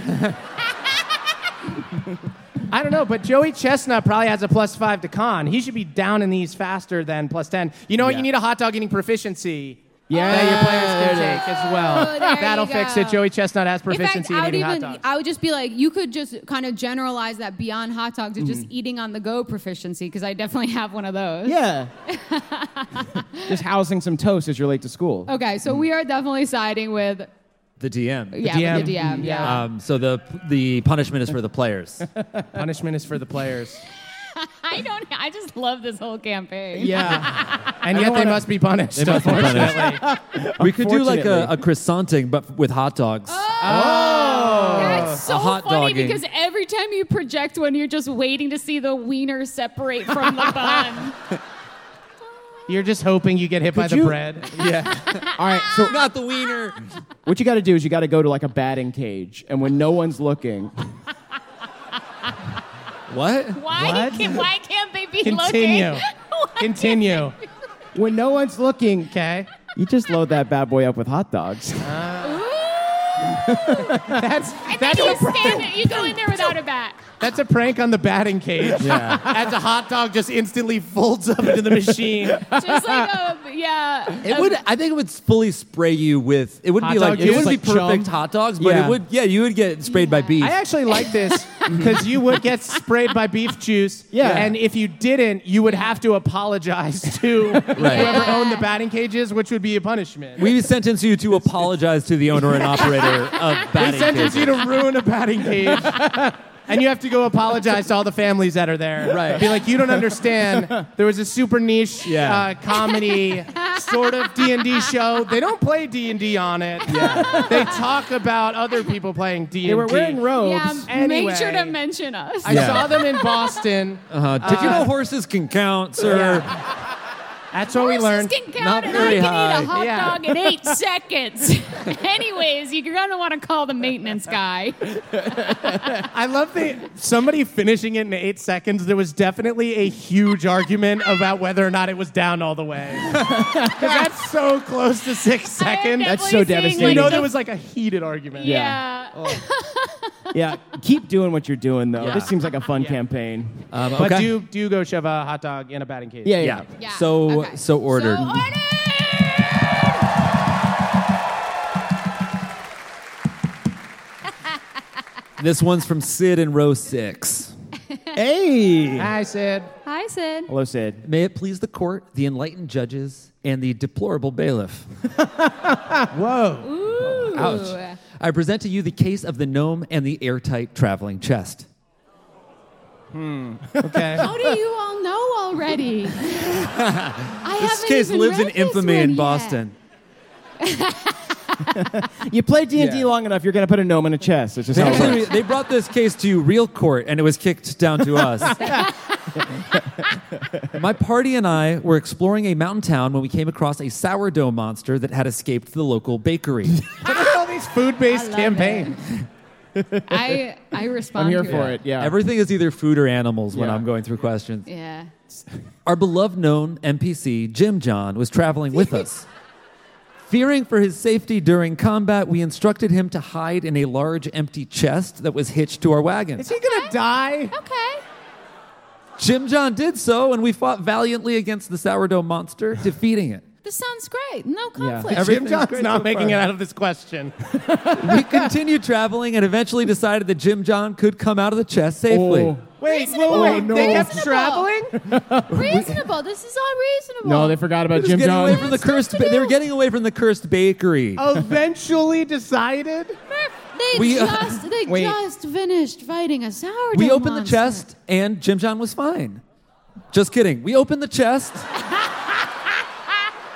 I: I don't know, but Joey Chestnut probably has a plus five to con. He should be down in these faster than plus 10. You know what? You need a hot dog eating proficiency.
C: Yeah,
I: That your players can
C: there it is.
I: take as well.
E: Oh, there you
I: That'll fix it.
E: go.
I: Joey Chestnut has
E: In fact,
I: proficiency
E: I
I: in
E: would
I: eating hot
E: even
I: dogs.
E: I would just be like, you could just kind of generalize that beyond hot dog to
I: Mm-hmm.
E: just eating on the go proficiency because I definitely have one of those.
I: (laughs)
C: Yeah. Just housing some toast as you're late to school.
E: Okay, so we are definitely siding with
D: The DM.
E: yeah with the DM. Yeah.
D: Um, so the the punishment is for the players.
I: Punishment is for the players.
E: I don't. I just love this whole campaign.
I: Yeah. (laughs) and yet they must be punished.
D: They
I: (laughs)
D: must be we could do like a, a croissanting, but with hot dogs.
E: Oh! That's so
D: Oh. A hot
E: funny
D: dogging.
E: because every time you project one, you're just waiting to see the wiener separate from the
D: (laughs)
E: bun.
I: You're just hoping you get hit by the
C: you-
I: bread.
C: All right, so
D: Not the wiener.
C: what you got to do is you got to go to like a batting cage, and when no one's looking,
D: What?
E: Why can why can't they be
I: Continue.
E: looking? (laughs) Why
I: Continue.
C: when no one's looking,
I: Okay.
C: you just load that bad boy up with hot
I: (laughs)
C: dogs.
E: can't- Ooh.
I: That's
E: And
I: that's
E: then
I: what
E: you stand there. You go in there without a bat.
I: That's a prank on the batting cage.
C: Yeah.
I: That's a hot dog just instantly folds up into the machine.
E: Just like a yeah. um,
D: It
E: a-
D: would. I think it would fully spray you with. It wouldn't
I: Hot
D: be
I: dog
D: like it
I: juice,
D: wouldn't
I: like
D: be perfect
I: chum?
D: hot dogs, but
C: Yeah.
D: it would. Yeah, you would get sprayed by
E: Yeah.
D: bees.
I: I actually like this because you would get sprayed by beef juice.
C: Mm-hmm. Yeah.
I: And if you didn't, you would have to apologize to whoever owned the batting cages, which would be a punishment.
D: we sentence you to apologize to the owner and operator (laughs) of
I: We
D: batting
I: sentence
D: cages.
I: you to ruin a batting cage. (laughs) And you have to go apologize to all the families that are there.
D: Right.
I: Be like, you don't understand. There was a super (laughs) niche
D: Yeah.
I: uh, comedy sort of D and D show. They don't play D and D on it. Yeah. they talk about other people playing D and D.
C: They were wearing
E: yeah,
C: robes.
I: Anyway.
E: make sure to mention us.
I: I saw them in Boston.
D: Uh, did you know horses can count, sir?
I: That's what we
E: Horses
I: learned.
E: can count
D: Not
E: and
D: very
E: I can
D: high.
E: eat a hot
I: Yeah.
E: dog in eight seconds. (laughs) Anyways, you're gonna want to call the maintenance guy.
I: I love the somebody finishing it in eight seconds. There was definitely a huge argument about whether or not it was down all the way. (laughs) 'Cause (laughs) that's so close to six seconds.
C: That's so devastating.
I: you
C: like
I: know,
C: the-
I: there was like a heated argument.
E: yeah.
C: yeah, keep doing what you're doing though.
D: Yeah.
C: This seems like a fun campaign.
D: Um,
I: But
D: okay.
I: do do go shove a hot dog in a batting cage.
C: yeah,
D: yeah.
C: yeah.
E: Yeah.
C: uh,
D: So
E: Okay.
D: so ordered.
E: So ordered.
D: This one's from Sid in row six.
C: Hey.
I: I said
E: Hi, Sid.
C: Hello, Sid.
D: May it please the court, the enlightened judges, and the deplorable (laughs) bailiff.
E: Ooh.
D: Ouch. I present to you the case of the gnome and the airtight traveling chest.
E: How do you all know already? I
D: This case lives in infamy in Boston.
C: (laughs) You play D and D
D: Yeah.
C: long enough, you're gonna put a gnome in a chest. It's just how it works.
D: They- they brought this case to real court and it was kicked down to us. My party and I were exploring a mountain town when we came across a sourdough monster that had escaped the local (laughs) bakery.
I: look at all these food based campaigns.
E: I I respond.
C: I'm here
E: to
C: for it. Yeah.
D: Everything is either food or animals when
C: Yeah.
D: I'm going through questions.
E: Yeah.
D: Our beloved known NPC, Jim John, was traveling with
I: (laughs)
D: us. Fearing for his safety during combat, we instructed him to hide in a large empty chest that was hitched to our wagon.
I: Is he
C: (laughs)
I: gonna die?
E: Okay.
D: Jim John did so, and we fought valiantly against the sourdough monster, defeating it.
E: This sounds great. No conflict.
D: Every-
I: (laughs) Jim
D: Everything's
I: John's
D: great
I: not
D: so
I: making
D: far.
I: it out of this question.
D: We continued traveling and eventually decided that Jim John could come out of the chest safely.
C: Oh.
I: (laughs) Wait, wait,
E: Reasonable.
I: wait. They kept
E: Reasonable.
I: traveling.
E: reasonable. This is all reasonable.
C: No, Oh, they forgot about
D: Just
C: Jim
D: getting away
C: John.
D: from the
E: Stuff
D: cursed
E: to
D: ba- they were
E: do.
D: getting away from the cursed bakery.
I: (laughs) Eventually decided.
C: (laughs)
E: They
D: We, uh,
E: just they
C: Wait.
E: just finished fighting a sourdough.
D: we opened the
E: monster.
D: chest and Jim John was fine. Just kidding. We opened the chest,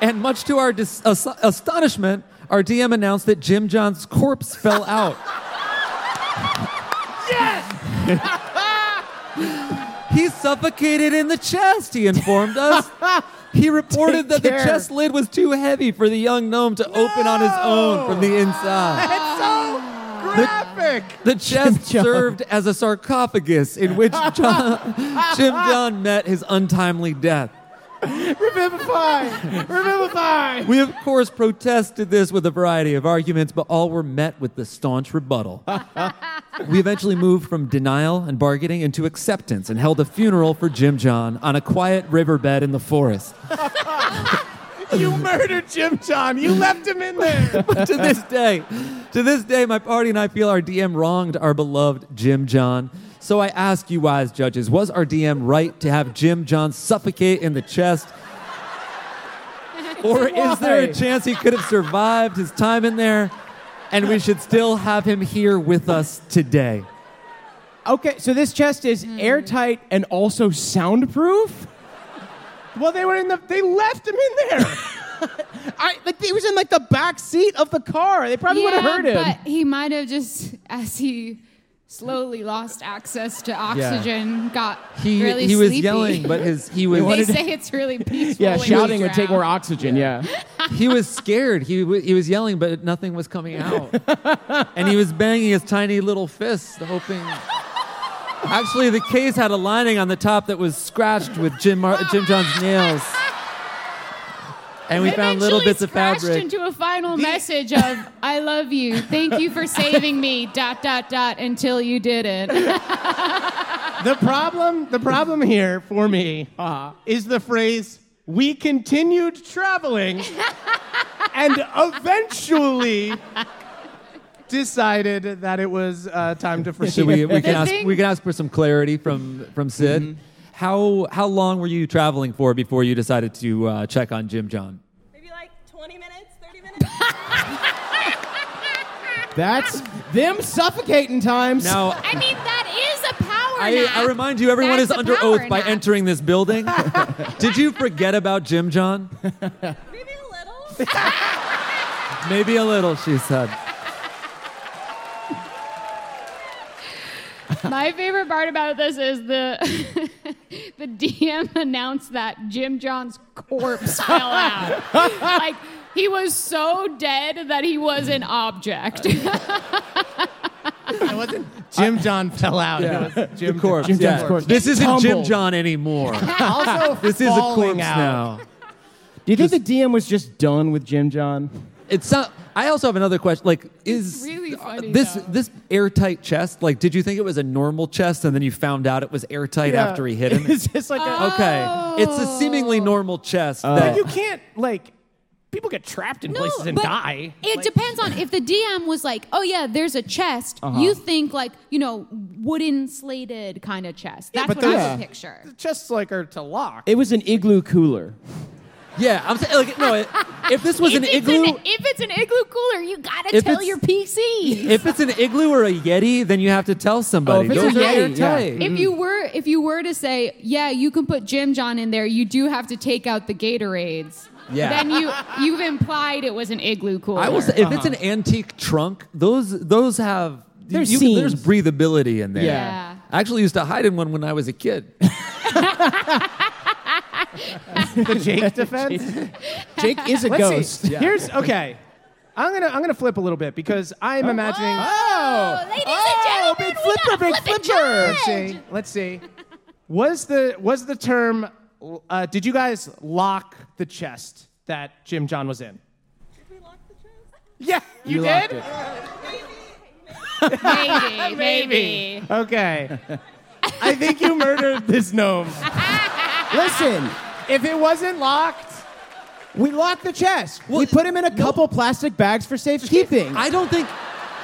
D: and much to our dis- as- astonishment, our DM announced that Jim John's corpse fell out. yes! he suffocated in the chest, he informed us. He reported that
I: Take
D: the
I: care.
D: chest lid was too heavy for the young gnome to open on his own from the inside.
I: That's so graphic.
D: The chest served as a sarcophagus in which John, Jim John met his untimely death.
I: Revivify! Revivify!
D: We, of course, protested this with a variety of arguments, but all were met with the staunch rebuttal. we eventually moved from denial and bargaining into acceptance and held a funeral for Jim John on a quiet riverbed in the forest.
I: You murdered Jim John. You left him in there.
D: to this day, to this day, my party and I feel our DM wronged our beloved Jim John. So I ask you, wise judges, was our DM right to have Jim John suffocate in the chest? Or is there
I: Why?
D: a chance he could have survived his time in there and we should still have him here with us today?
C: Okay, so this chest is
E: Hmm.
C: airtight and also soundproof.
I: Well, they were in the. They left him in there.
E: (laughs)
C: I like he was in like the back seat of the car. They probably would
E: yeah,
C: have heard him.
E: But he might have just as he slowly lost access to oxygen, got
D: He,
E: really
D: he was
E: sleepy.
D: yelling, but his he was
E: (laughs) they say
D: (laughs)
E: it's really peaceful.
C: yeah,
E: when you
C: shouting would take
E: drown.
C: more oxygen. Yeah.
D: he was scared. He w- he was yelling, but nothing was coming out, and he was banging his tiny little fists, hoping. Actually, the case had a lining on the top that was scratched with Jim Mar- Jim John's nails, and we found little
E: Eventually
D: bits of
E: scratched
D: fabric.
E: into a final message of "I love you, thank you for saving me." Dot dot dot. Until you didn't.
I: The problem, the problem here for me uh, is the phrase "we continued
E: (laughs)
I: traveling," and eventually decided that it was uh, time to
D: So
I: pursue.
D: we,
E: (laughs)
I: (laughs)
D: we can
K: The
D: ask
K: thing-
D: we can ask for some clarity from from Sid. How how long were you traveling for before you decided to uh, check on Jim John?
L: Maybe like 20 minutes, 30 minutes.
C: That's them suffocating times.
D: Now
E: I mean, that is a power
D: I,
E: nap.
D: I remind you, everyone
E: That's
D: is
E: a
D: under
E: power
D: oath by
E: nap.
D: entering this
I: (laughs)
D: building. Did you forget about Jim John?
L: Maybe a little.
D: Maybe a little, she said.
E: My favorite part about this is the (laughs) the DM announced that Jim John's (laughs) corpse fell out. like he was so dead that he was an object.
C: (laughs)
I: I wasn't. Jim John fell out. It was Jim
D: The corpse.
I: John.
D: yeah.
C: corpse.
D: This isn't Jim
C: Tumbled.
D: John (laughs) anymore.
C: (laughs)
I: Also,
D: This is a corpse
I: falling out.
D: now.
C: Do you think the DM was just done with Jim John?
D: It's not. I also have another question. Like, is uh,
E: really funny,
D: this
E: though.
D: this airtight chest? Like, did you think it was a normal chest, and then you found out it was airtight after he hit him?
I: (laughs) It's just like
E: Oh.
D: (laughs)
I: a,
D: Okay, it's a seemingly normal chest. that,
I: you can't like. People get trapped in places and
E: but
I: die.
E: It depends on if the DM was like, "Oh yeah, there's a chest."
D: Uh-huh.
E: You think like you know wooden slated kind of chest. That's
I: but
E: what I would
I: those- Yeah.
E: picture.
I: Chests like are to lock.
C: It was an igloo cooler.
D: yeah, I'm saying like no. It, if this was
E: if,
D: an
E: it's
D: igloo,
E: if it's an igloo cooler, you gotta
D: If
E: tell
D: it's-
E: your PC.
D: if it's an igloo or a yeti, then you have to tell somebody.
C: Oh, if it's
D: Those
C: a
D: are
C: Yeti, yeah.
D: airtight.
E: If you were if you were to say, yeah, you can put Jim John in there, you do have to take out the Gatorades.
D: Yeah.
E: Then you you've implied it was an igloo cooler.
D: I will say, if
C: Uh-huh.
D: it's an antique trunk, those those have
C: There's
D: you can- there's
C: seams.
D: breathability in there.
C: Yeah.
E: Yeah.
D: I actually used to hide in one when I was a kid.
I: the
C: (laughs)
I: Jake defense.
C: Jake is a
I: Let's
C: ghost.
I: see. Here's okay. I'm gonna I'm gonna flip a little bit because I'm imagining.
E: Oh, ladies and gentlemen, we got a flippin'
I: Let's see.
E: judge.
I: Let's see. Was the was the term? Uh, did you guys lock the chest that Jim John was in?
L: Did we lock the chest?
I: Yeah, you,
C: locked
I: did.
C: it.
I: (laughs)
E: Maybe, maybe.
I: Okay. I think you murdered this gnome.
C: Listen,
I: If it wasn't locked,
C: we locked the chest. we put him in a couple plastic bags for safekeeping.
D: I don't think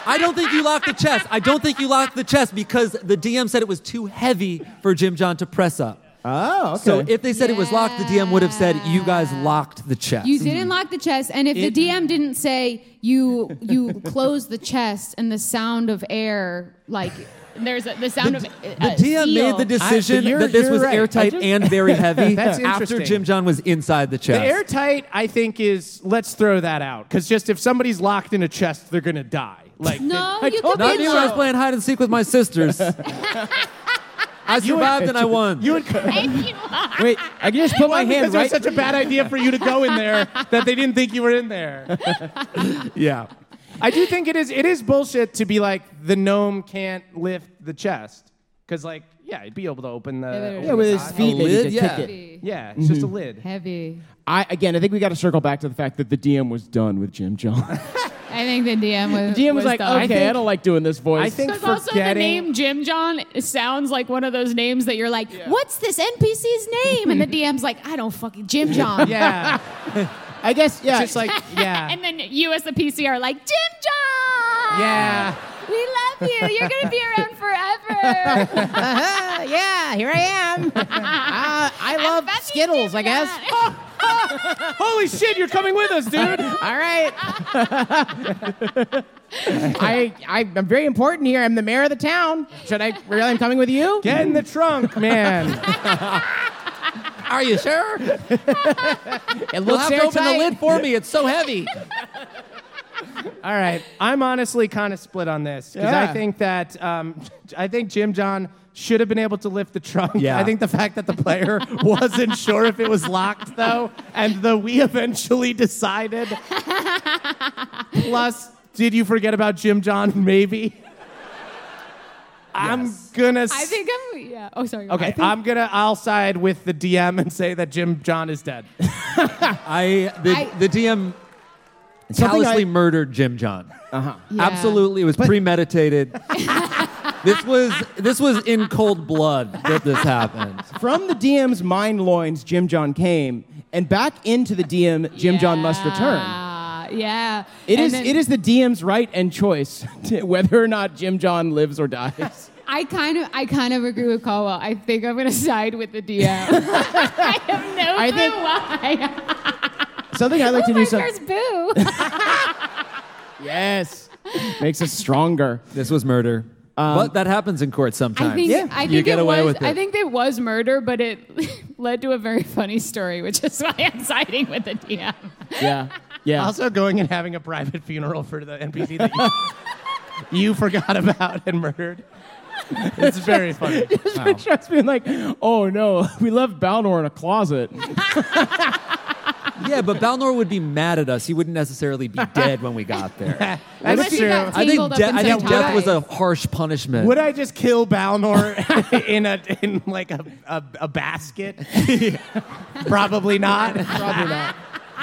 D: I don't think you locked the chest. I don't think you locked the chest because the DM said it was too heavy for Jim John to press up.
C: oh, okay.
D: So if they said it was locked, the DM would have said you guys locked the chest.
E: You didn't lock the chest, and if the DM didn't say you you close the chest and the sound of air, like there's a, the sound of uh,
D: the DM
E: seal.
D: made the decision
C: I- you're-
D: that this
C: you're
D: was
C: right.
D: airtight
C: I just-
D: and
C: (laughs)
D: very heavy
I: That's
D: after
I: interesting.
D: Jim John was inside the chest.
I: the airtight I think is let's throw that out because just if somebody's locked in a chest, they're gonna die. Like
E: No,
I: I
E: you
I: told
E: could
D: Not
E: be
D: me when I was
E: low.
D: playing hide and seek with my (laughs) sisters. I survived and I won.
I: you would.
E: Thank you.
C: Wait, I can just (laughs) put my
I: Why?
C: hand
I: because
C: right.
I: it was such a bad idea for you to go in there that they didn't think you were in
C: (laughs)
I: there.
D: yeah.
I: I do think it is it is bullshit to be like the gnome can't lift the chest because like yeah he'd be able to open the
C: yeah, (laughs) with his feet, they need
D: lid,
C: to
D: yeah.
C: kick it.
I: yeah it's
C: Mm-hmm.
I: just a lid.
E: Heavy.
C: I again, I think we got to circle back to the fact that the DM was done with Jim
I: (laughs)
C: John.
E: I think the DM was.
C: DM was like,
E: done.
C: okay, I, don't like doing this voice.
I: I think
E: Because also the name
I: forgetting
E: Jim John sounds like one of those names that you're like, what's this NPC's name?
C: (laughs)
E: And the DM's like, I don't fucking Jim John.
I: yeah
C: I guess yeah.
I: just like yeah
E: And then you as the PC are like, Jim John.
I: yeah
E: We love you. You're gonna be around forever.
C: yeah, here I am. (laughs) I
E: love Betty Skittles, I guess. Jim
I: (laughs) holy shit you're coming with us
C: (laughs)
I: dude
C: All right. I, I I'm very important here. I'm the mayor of the town. Should I really? I'm coming with you.
I: get in the
C: (laughs)
I: trunk man
D: Are you sure?
C: It
D: You'll have to open the
C: airtight.
D: lid for me. It's so heavy.
I: all right I'm honestly kind of split on this because I
C: Yeah.
I: think that um, I think Jim John. Should have been able to lift the trunk.
D: Yeah.
I: I think the fact that the player wasn't sure if it was locked, though, and the we eventually decided. Plus, did you forget about Jim John? Maybe. I'm gonna. s-
E: (laughs) I think I'm. Yeah. Oh, sorry.
I: Okay, I'm gonna. I'll side with the DM and say that Jim John is dead.
D: I the,
E: I-
D: the DM
C: Something
D: callously
C: I-
D: murdered Jim John.
E: Yeah.
K: (laughs)
D: Absolutely, it was premeditated. This was this was in cold blood that this happened.
C: From the DM's mind loins, Jim John came, and back into the DM, Jim John must return.
E: Uh,
K: Ah, yeah.
C: It
K: And
C: is,
K: then-
C: it is the DM's right and choice (laughs) to- whether or not Jim John lives or
I: (laughs)
C: dies.
K: I kind of, I kind of agree with Caldwell. I think I'm gonna side with the
C: (laughs)
E: (laughs)
K: DM. I have no
C: I
K: clue
C: think-
K: why.
C: Something I
E: Oh
C: like to
K: Who
C: do.
K: my
C: Some,
K: first boo?
C: yes, makes us stronger.
D: This was murder. Um, but that happens in court sometimes.
K: I think,
C: Yeah.
K: I think
D: You get
K: it
D: away
K: was,
D: with it.
K: I think it was murder, but it (laughs) led to a very funny story, which is (laughs) why I'm siding with the DM.
C: Yeah, yeah.
I: Also, going and having a private funeral for the NPC that
C: (laughs)
I: you, you forgot about and murdered. It's very
C: (laughs)
I: funny.
C: Picture us being like, "Oh no, (laughs) we left Balnor in a closet."
D: yeah, but Balnor would be mad at us. He wouldn't necessarily be dead when we got
K: (laughs)
D: there.
I: That's
K: Unless you got
D: I think,
K: tangled
D: de-
K: up in
D: I think
K: some
D: death was
K: ties.
D: a harsh punishment.
I: Would I just kill Balnor (laughs) in a in like a a,
C: (laughs)
I: a basket? (laughs) Probably not. Probably not.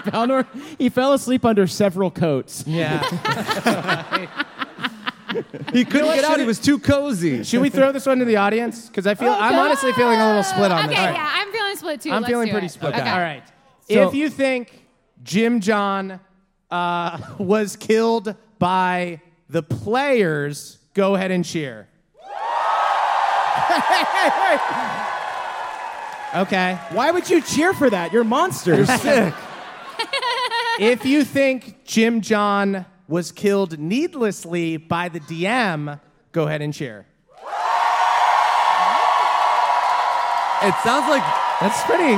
C: Balnor, he fell asleep under several coats.
I: Yeah.
D: he couldn't get out. He was too cozy.
I: Should we throw this one to the audience? Because I
C: Oh,
I: feel I'm honestly feeling a little split on
K: okay,
I: this.
K: Okay, yeah, I'm feeling split too.
I: I'm
K: Let's
I: feeling
K: do
I: pretty
K: it.
I: split.
K: Okay.
I: All right.
D: So-
I: if you think Jim John uh, was killed by the players, go ahead and cheer. (laughs) okay.
C: Why would you cheer for that? You're monsters.
I: If you think Jim John was killed needlessly by the DM, go ahead and cheer.
D: It sounds like
I: That's pretty.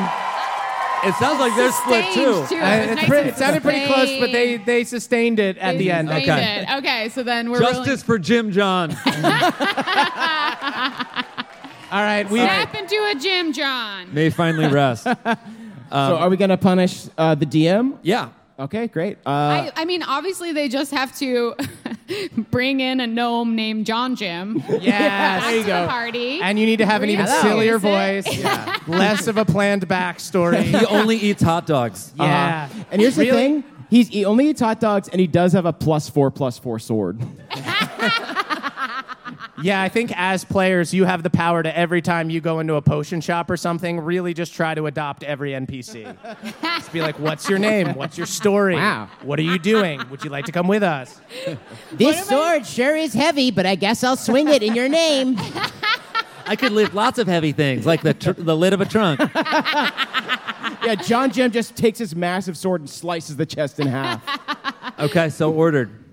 D: it sounds like they're split too.
K: Sustained, too.
I: I-
K: It was
I: it's
K: nice
I: pretty-
K: and
I: Uh, it sounded pretty close, but they,
K: sustained.
I: they sustained it at the end.
K: Sustained
D: Okay.
K: it. Okay, so then we're
D: Justice for Jim John.
I: All right. We,
K: Really snap into a Jim John.
D: May finally rest.
C: so, are we gonna punish uh, the DM?
D: Yeah.
C: Okay, great. Uh, (laughs)
K: I, I mean, obviously, they just have to (laughs) bring in a gnome named John Jim.
I: Yes.
K: Back
I: There you
K: to
I: go.
K: the party.
I: And you need to have an even
K: Hello.
I: sillier
K: Is
I: voice,
K: it?
I: less of a planned backstory.
D: He only eats hot dogs.
I: yeah.
C: and here's the
I: Really?
C: thing: he's he only eats hot dogs, and he does have a plus four plus four sword.
I: Yeah, I think as players, you have the power to every time you go into a potion shop or something, really just try to adopt every NPC. just be like, what's your name? What's your story?
C: Wow.
I: What are you doing? Would you like to come with us?
C: (laughs) This sword sure is heavy, but I guess I'll swing it in your name.
D: Uh-huh. I could lift lots of heavy things, like the tr- the lid of a trunk.
C: (laughs) yeah, John Jim just takes his massive sword and slices the chest in (laughs) half.
D: Okay, so ordered.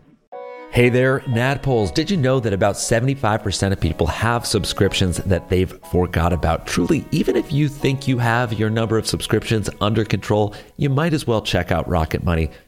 A: Hey there, Nadpoles. Did you know that about 75% of people have subscriptions that they've forgot about? Truly, even if you think you have your number of subscriptions under control, you might as well check out Rocket Money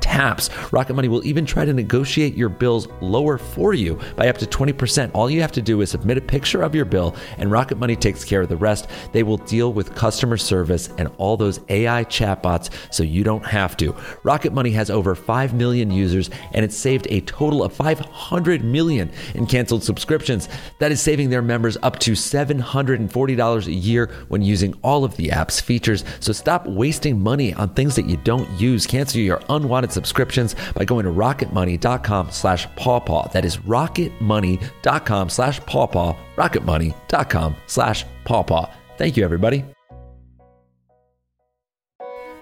A: taps. Rocket Money will even try to negotiate your bills lower for you by up to 20%. All you have to do is submit a picture of your bill, and Rocket Money takes care of the rest. They will deal with customer service and all those AI chatbots so you don't have to. Rocket Money has over 5 million users, and it's saved a total of 500 million in canceled subscriptions. That is saving their members up to $740 a year when using all of the app's features. So stop wasting money on things that you don't use. Cancel your unwanted subscriptions by going to rocketmoney.com slash pawpaw. That is rocketmoney.com slash pawpaw, rocketmoney.com slash pawpaw. Thank you, everybody.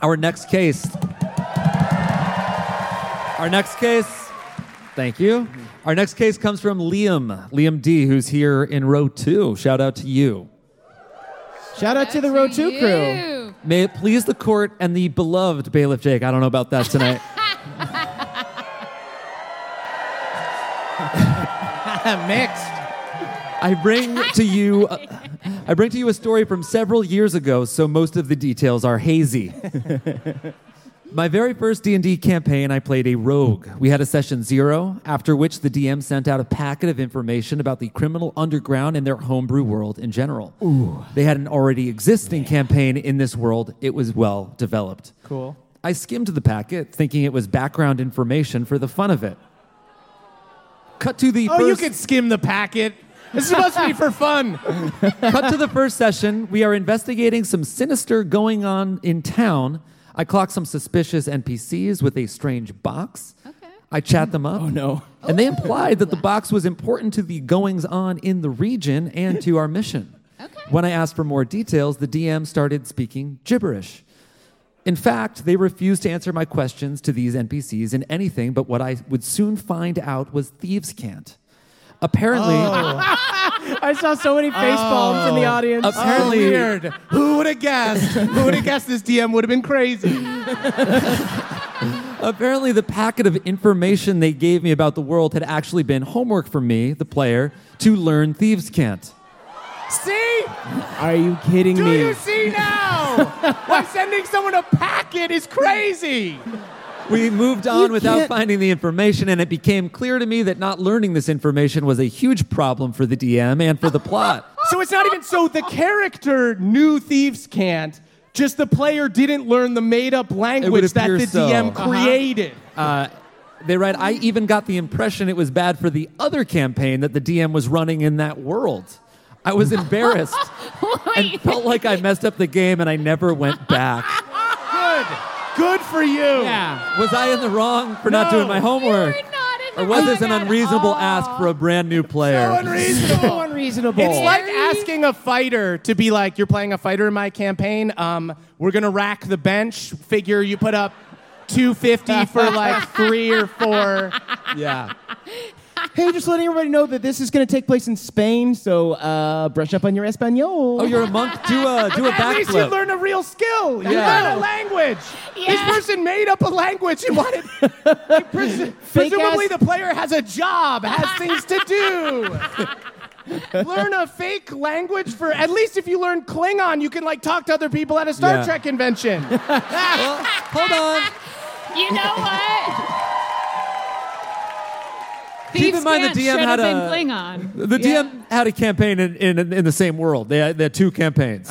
D: Our next case. Our next case. Thank you. Our next case comes from Liam, Liam D, who's here in row two. Shout out to you.
C: Shout out to the Row 2 crew.
D: May it please the court and the beloved bailiff Jake. I don't know about that tonight.
I: Mixed.
D: I bring to you, uh, I bring to you a story from several years ago, so most of the details are hazy. My very first D&D campaign, I played a rogue. We had a session zero, after which the DM sent out a packet of information about the criminal underground and their homebrew world in general. Ooh. They had an already existing campaign in this world. It was well developed.
I: Cool.
D: I skimmed the packet, thinking it was background information for the fun of it. Cut to the
I: Oh,
D: first...
I: you could skim the packet. It's supposed to be for (laughs) fun.
D: Cut to the first session. We are investigating some sinister going on in town. I clock some suspicious NPCs with a strange box. Okay. I chat them up. Oh no. And they implied that the box was important to the goings on in the region and to our mission. Okay. When I asked for more details, the DM started speaking gibberish. In fact, they refused to answer my questions to these NPCs in anything but what I would soon find out was thieves can't. Apparently, (laughs)
I: I saw so many face palms in the
C: Oh.
I: audience.
D: Apparently-
I: weird. Who would have guessed? Who would have guessed this DM would have been crazy?
D: Apparently, the packet of information they gave me about the world had actually been homework for me, the player, to learn thieves can't.
I: See?
C: Are you kidding
I: Do
C: me?
I: you see now? Why sending someone a packet is crazy.
D: We moved on
C: You
D: without
C: can't-
D: finding the information, and it became clear to me that not learning this information was a huge problem for the DM and for the plot.
I: So it's not even so the character knew thieves can't. Just the player didn't learn the made-up language that
D: appear
I: the
D: so.
I: DM
D: Uh-huh.
I: created.
D: They write, I even got the impression it was bad for the other campaign that the DM was running in that world. I was embarrassed and felt like I messed up the game and I never went back.
I: Good for you.
D: Was I in the wrong for not
I: No.
D: doing my homework?
E: You're not in the
D: Or was
E: wrong
D: this an
E: at
D: unreasonable
E: all.
D: ask for a brand new player?
I: unreasonable.
C: Unreasonable.
I: It's like
E: Very-
I: asking a fighter to be like, you're playing a fighter in my campaign. Um, we're gonna rack the bench. Figure you put up 250 for like three or four.
D: yeah.
C: hey, just letting everybody know that this is going to take place in Spain, so uh, brush up on your Espanol.
D: Oh, you're a monk. Do a do a
I: At least you
D: backflip.
I: learn a real skill. You
D: Yeah.
I: learn a language. This
E: Yeah.
I: person made up a language and wanted.
D: (laughs)
I: Presu- presumably, the player has a
E: (laughs)
I: job, has things to do. (laughs) learn a fake language for at least if you learn Klingon, you can like talk to other people at a Star
D: Yeah.
I: Trek convention.
D: (laughs) Hold on. (laughs)
E: You know what?
D: Keep in
E: Thieves
D: mind the
E: can't
D: DM
E: should
D: had
E: have been
D: a- (laughs)
E: Klingon.
D: The DM had a campaign in, in, in the same world. They had, they had two campaigns.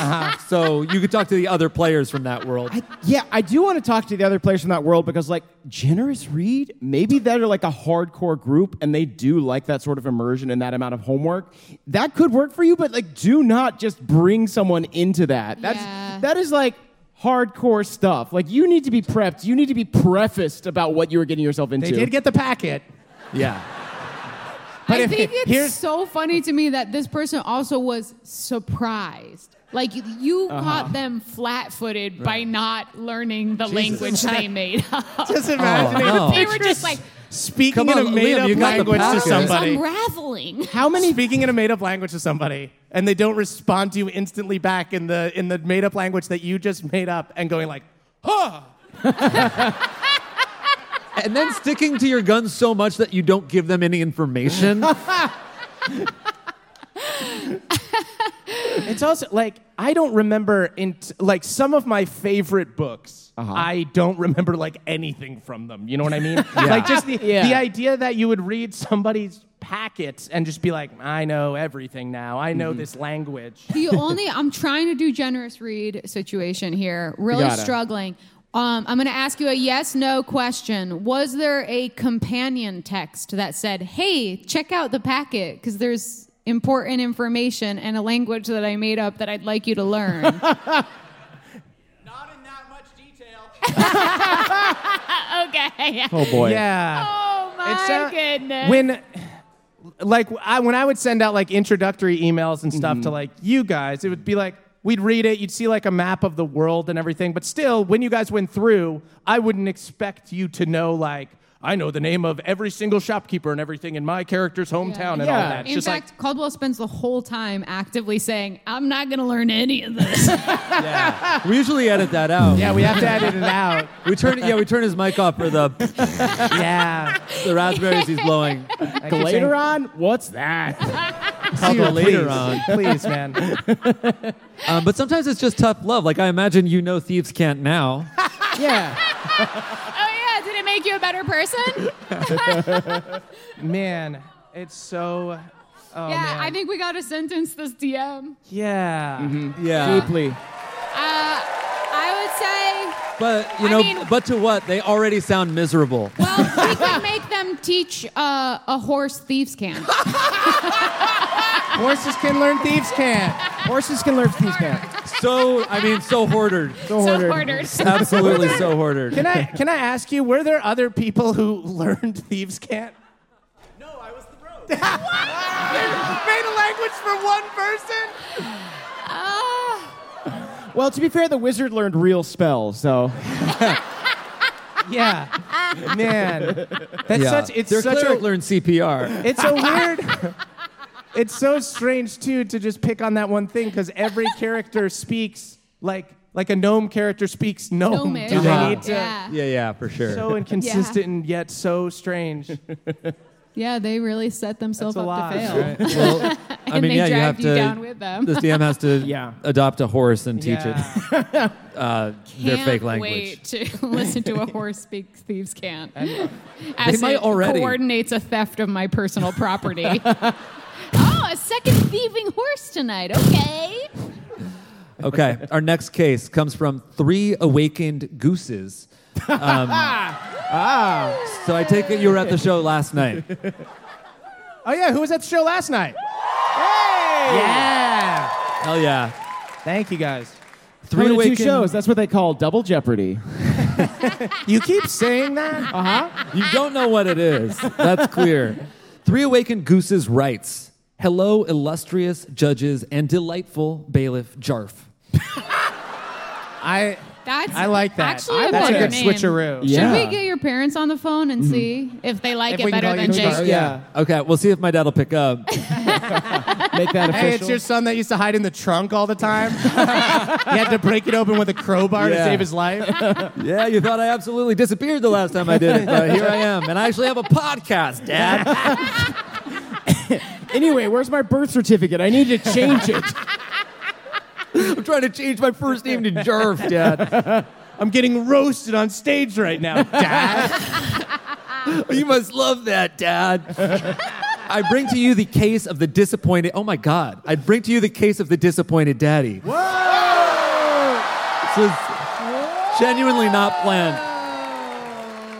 D: So you could talk to the other players from that world.
C: yeah, I do want to talk to the other players from that world because, like, Generous Reed, maybe they're like a hardcore group and they do like that sort of immersion and that amount of homework. That could work for you, but like, do not just bring someone into that. That's
E: Yeah.
C: that is like hardcore stuff. Like, you need to be prepped. You need to be prefaced about what you are getting yourself into.
I: They did get the packet.
D: yeah.
I: But
E: I
I: if-
E: think it's
I: here's-
E: so funny to me that this person also was surprised. Like you- you
D: Uh-huh.
E: caught them flat-footed by not learning the
D: (laughs)
E: language they made up.
I: Just imagine
D: Oh, no.
E: (laughs)
I: if
E: They were just like,
I: speaking
D: Come on,
I: in a
D: Liam,
I: made-up
D: you got the
I: language to
D: packet.
I: somebody.
E: unraveling.
I: How many speaking in a made-up language to somebody, and they don't respond to you instantly back in the in the made-up language that you just made up, and going like, "Huh."
D: And then sticking to your guns so much that you don't give them any
I: (laughs)
D: information.
I: It's also like I don't remember in like some of my favorite books. I don't remember like anything from them. You know what I mean? Like just the, the idea that you would read somebody's packets and just be like, I know everything now. I know this language.
K: The only I'm trying to do generous read situation here. Really
I: gotta.
K: struggling. Um, I'm going to ask you a yes no question. Was there a companion text that said, "Hey, check out the packet because there's important information and a language that I made up that I'd like you to
I: (laughs)
K: learn." (laughs)
E: okay.
I: Oh, boy. Yeah.
E: Oh my
I: It's, uh,
E: goodness.
I: when like I when I would send out like introductory emails and stuff to like you guys, it would be like we'd read it, you'd see like a map of the world and everything, but still when you guys went through, I wouldn't expect you to know like I know the name of every single shopkeeper and everything in my character's hometown and all that. It's
K: In
I: just
K: fact, Caldwell spends the whole time actively saying, "I'm not going to learn any of this."
D: We usually edit that out.
I: like yeah, we have to edit it out.
D: We turn yeah, we turn his mic off for the
I: (laughs) Yeah.
D: the raspberries he's
I: (laughs)
D: blowing.
I: I keep saying-
C: Later on, what's that?
D: Couple later
I: please.
D: on.
I: (laughs) Please, man.
D: Um, but sometimes it's just tough love. Like I imagine you know thieves can't now.
I: (laughs) Yeah.
E: oh yeah, did it make you a
D: (laughs)
E: better person?
I: Man. It's so oh,
E: yeah,
I: man.
E: I think we got to sentence this DM.
I: (laughs) Yeah.
D: Yeah.
C: Deeply.
E: Uh, I would say
D: But you
E: I
D: know,
E: mean-
D: but to what? They already sound miserable.
K: well, we
D: (laughs)
K: could make them teach uh, a horse thieves can.
I: Horses can learn, thieves can't.
C: Horses can learn thieves can't.
D: So I mean, so hoardered.
C: So
E: so
C: ordered.
E: ordered.
D: (laughs) Absolutely so hoardered.
C: (laughs)
I: Can I can I ask you, were there other people who (laughs) learned thieves can't?
M: No, I was the
I: (laughs)
M: rogue.
I: Made a language for one person?
C: Ah. Well, to be fair, the wizard learned real spells, so
I: Yeah. Man. That's
D: Yeah.
I: such it's
D: Their
I: such
D: cleric
I: a
D: learned CPR.
I: it's a weird It's so strange too to just pick on that one thing because every character speaks like like a gnome character speaks gnome.
K: Gnomish.
I: Do they
D: Uh-huh.
I: need to
K: yeah.
D: Yeah, yeah, for sure.
I: so inconsistent and yet so strange.
K: Yeah, they really set themselves
I: That's a
K: up
I: lot,
K: to fail.
E: (laughs)
I: right?
D: well, I
E: and
D: mean,
E: they
D: yeah, you have
E: dragged you
D: to.
E: down with them.
D: This DM has to
C: (laughs) Yeah.
D: adopt a horse and teach
I: Yeah.
D: it their
E: Can't
D: fake language.
E: Wait to (laughs)
D: (laughs)
E: listen to a horse speak. Thieves can't. (laughs) As
D: uh, They might
E: it
D: already.
E: coordinates a theft of my personal property.
D: (laughs)
E: oh, a second thieving horse tonight. Okay.
C: (laughs)
D: Okay, our next case comes from three awakened gooses. Um, So I take it you were at the show last night.
I: Oh yeah, who was at the show last night? Hey! Yeah.
D: Hell yeah.
I: Thank you guys.
D: Three
C: Coming to
D: awakened
C: two shows. That's what they call double jeopardy.
I: You keep saying that? Uh huh.
D: You don't know what it is. That's clear. Three Awakened Gooses writes Hello, illustrious judges and delightful bailiff Jarf.
I: I
K: That's
I: I like that.
K: Actually, a
I: That's a
K: better
I: good
K: name.
I: switcheroo.
K: Should
C: Yeah.
K: we get your parents on the phone
D: Mm-hmm.
K: and see if they like
I: If
E: it
I: we can
E: better
I: call
E: than
I: you
E: Jake.
I: Jarf.
C: Yeah.
D: Okay, we'll see if my dad'll pick up.
C: (laughs) Make that official.
I: (laughs) Hey, it's your son that used to hide in the trunk all the time. you had to break it open with a crowbar to
D: Yeah.
I: save his life.
D: Yeah, you thought I absolutely disappeared the last time I did it, but here I am. And I actually have a
C: (laughs)
D: podcast, Dad.
C: anyway, where's my birth certificate? I need to change
I: (laughs)
C: it.
D: I'm trying to change my first name to Jarf, Dad.
I: I'm getting roasted on stage right now, Dad.
D: You must love that, Dad. (laughs) I bring to you the case of the disappointed. Oh my God. I bring to you the case of the disappointed daddy. This is genuinely not planned.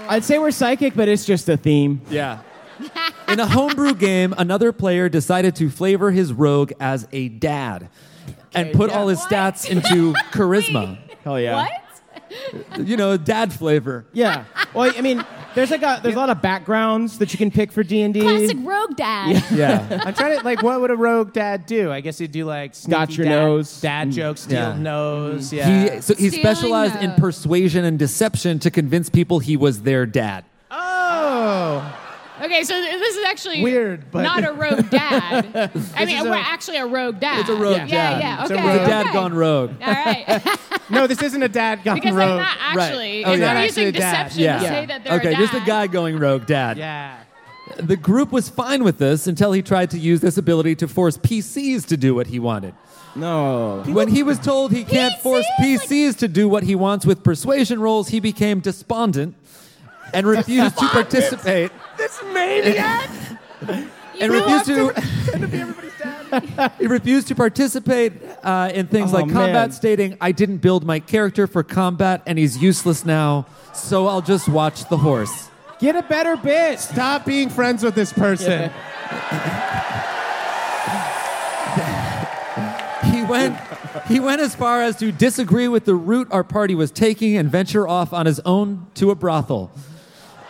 C: I'd say we're psychic, but it's just a theme.
D: Yeah. In a homebrew game, another player decided to flavor his rogue as a dad and put all his stats into charisma.
C: Hell yeah.
E: What?
D: You know, dad flavor.
C: Yeah. Well, I mean, there's like a there's a lot of backgrounds that you can pick for D and
E: Classic
C: D.
E: rogue dad.
D: Yeah.
I: I'm trying to like, what would a rogue dad do? I guess he'd do like sneaky
C: Got your
I: dad,
C: nose. Mm,
I: dad jokes, steal
D: Yeah.
I: nose. Yeah.
C: (laughs)
D: He, so he
K: Stealing
D: specialized in
K: those.
D: persuasion and deception to convince people he was their dad.
I: oh,
E: Okay, so th- this is actually
I: Weird, but-
E: not a
I: (laughs)
E: rogue dad. I mean,
I: is
E: we're
I: a-
E: actually a rogue dad. It's
D: a rogue
E: yeah.
D: dad.
E: Yeah, yeah.
I: It's
E: Okay.
I: a rogue-
E: okay.
D: Dad gone rogue.
E: All
I: (laughs)
E: right.
I: no, this isn't a dad gone
E: (laughs) Because I'm
I: rogue.
E: not actually.
D: Oh,
E: if
D: yeah.
E: they're
D: Not
E: using
I: actually a dad.
E: deception
D: Yeah.
E: to say that they're
D: okay,
E: a dad.
D: just a guy going rogue dad.
I: yeah.
D: The group was fine with this until he tried to use this ability to force PCs to do what he wanted.
C: No.
D: When he was told he can't force PCs to do what he wants with persuasion rolls, he became despondent and refused to participate.
I: This maniac.
E: You
D: (laughs) and refused (laughs) to. he refused to participate uh, in things
N: Oh,
D: like combat,
N: man.
D: stating, "I didn't build my character for combat, and he's useless now, so I'll just watch the horse."
I: Get a better bit. (laughs) Stop being friends with this person.
D: He went, he went as far as to disagree with the route our party was taking and venture off on his own to a brothel.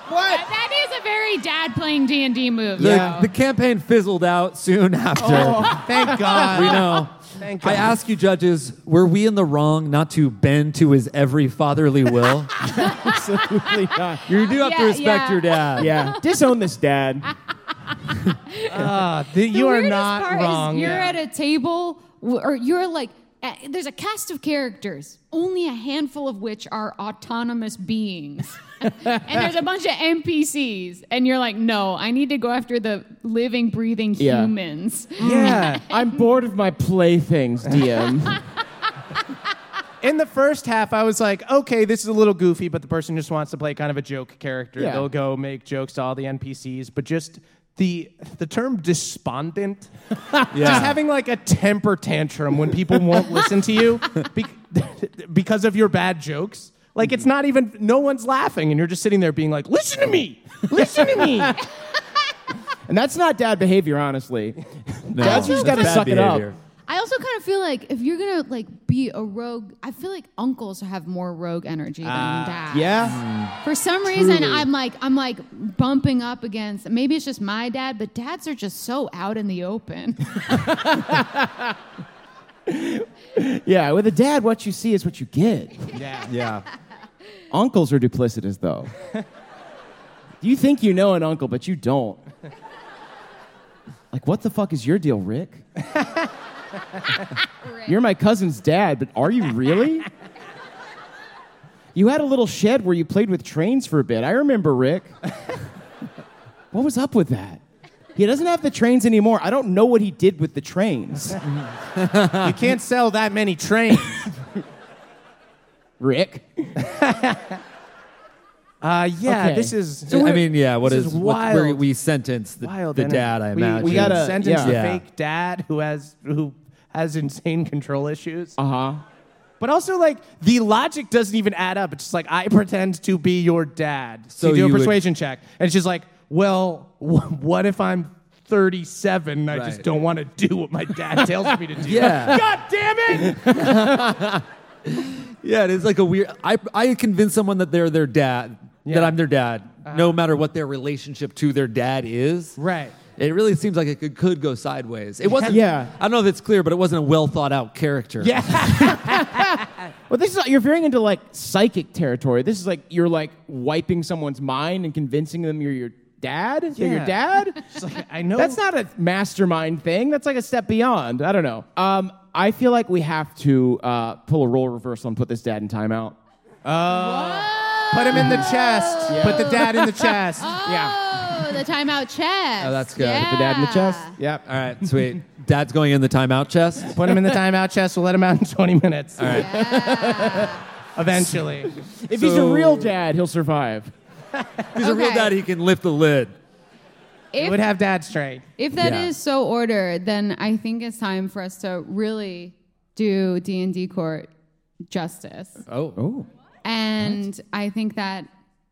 E: What? That is a very dad playing D and D move.
D: The, the campaign fizzled out soon (laughs) after.
E: Oh, thank God.
D: We know.
E: Thank
D: I
E: God.
D: ask you, judges, were we in the wrong not to bend to his every fatherly will?
C: (laughs) Absolutely not.
D: You do have to Yeah, respect yeah. your dad.
C: Yeah. Disown this dad.
I: the-
E: The weirdest part is you're at a table, w- or you're like, uh, there's a cast of characters, only a handful of which are autonomous beings, (laughs) and there's a bunch of NPCs, and you're like, no, I need to go after the living, breathing
C: Yeah.
E: humans.
C: Yeah. I'm bored of my playthings, DM.
I: In the first half, I was like, okay, this is a little goofy, but the person just wants to play kind of a joke character.
C: Yeah.
I: They'll go make jokes to all the NPCs, but just the the term
C: (laughs)
I: despondent, just having like a temper tantrum when people won't listen to you be- (laughs) because of your bad jokes. Like it's not even no one's laughing, and you're just sitting there being like, listen to me, listen to me.
C: (laughs) and that's not dad behavior, honestly.
D: No,
C: Dad's just
D: that's
C: got to
D: bad
C: suck it
D: behavior.
C: up.
E: I also kind of feel like if you're gonna like be a rogue, I feel like uncles have more rogue energy than dads.
C: Uh, Yeah.
E: For some reason,
C: Truly.
E: I'm like I'm like bumping up against. Maybe it's just my dad, but dads are just so out in the open.
C: Yeah. With a dad, what you see is what you get.
I: Yeah.
C: Yeah. Uncles are duplicitous, though. you think you know an uncle, but you don't. Like, what the fuck is your deal, Rick? You're my cousin's dad, but are you really? you had a little shed where you played with trains for a bit. I remember Rick. what was up with that? He doesn't have the trains anymore. I don't know what he did with the trains.
I: (laughs) you can't sell that many trains.
C: Rick.
I: Uh, yeah,
C: Okay.
I: this is.
C: So
D: I
C: we're-
D: mean, yeah, what
I: this
D: is,
I: is
D: what, where
I: wild.
D: we sentence the,
I: wild
D: the
I: energy.
D: dad? I
I: we,
D: imagine
I: We gotta sentence the
D: Yeah.
I: fake dad who has who has insane control issues. Uh
C: huh.
I: But also, like the logic doesn't even add up. It's just like I pretend to be your dad. So
D: So
I: you do
D: you
I: a
D: would-
I: persuasion check, and it's just like, well, wh- what if I'm 37 and I just
D: Right.
I: don't want to do what my dad tells me to
D: (laughs)
I: do?
D: Yeah.
I: God damn it!
D: Yeah, it is like a weird. I I convince someone that they're their dad, that I'm their dad, no matter what their relationship to their dad is.
I: Right.
D: It really seems like it could, could go sideways. It wasn't.
C: Yeah.
D: I don't know if it's clear, but it wasn't a well thought out character.
C: Yeah. Well, this is you're veering into like psychic territory. This is like you're like wiping someone's mind and convincing them you're your dad. You're your
I: Yeah. (laughs)
C: dad.
I: I know.
C: That's not a mastermind thing. That's like a step beyond. I don't know. Um, I feel like we have to uh, pull a role reversal and put this dad in timeout.
I: Put him in the chest. Put the dad in the chest.
E: Oh, the timeout chest.
D: Oh, that's good.
E: Yeah.
D: Put the dad in the
C: Chest.
D: Yep. All right. Sweet. (laughs) Dad's going in the timeout chest.
I: Put him in the timeout chest. We'll let him out in 20 minutes.
D: All right.
I: (laughs) Eventually.
C: If he's a
D: So-
C: real dad, he'll survive.
D: If he's a real
E: Okay.
D: dad, he can lift the lid.
E: If-
I: would have dad straight.
E: If that is
D: Yeah.
E: so ordered, then I think it's time for us to really do D and D court justice.
D: Oh.
C: Oh.
E: And I think that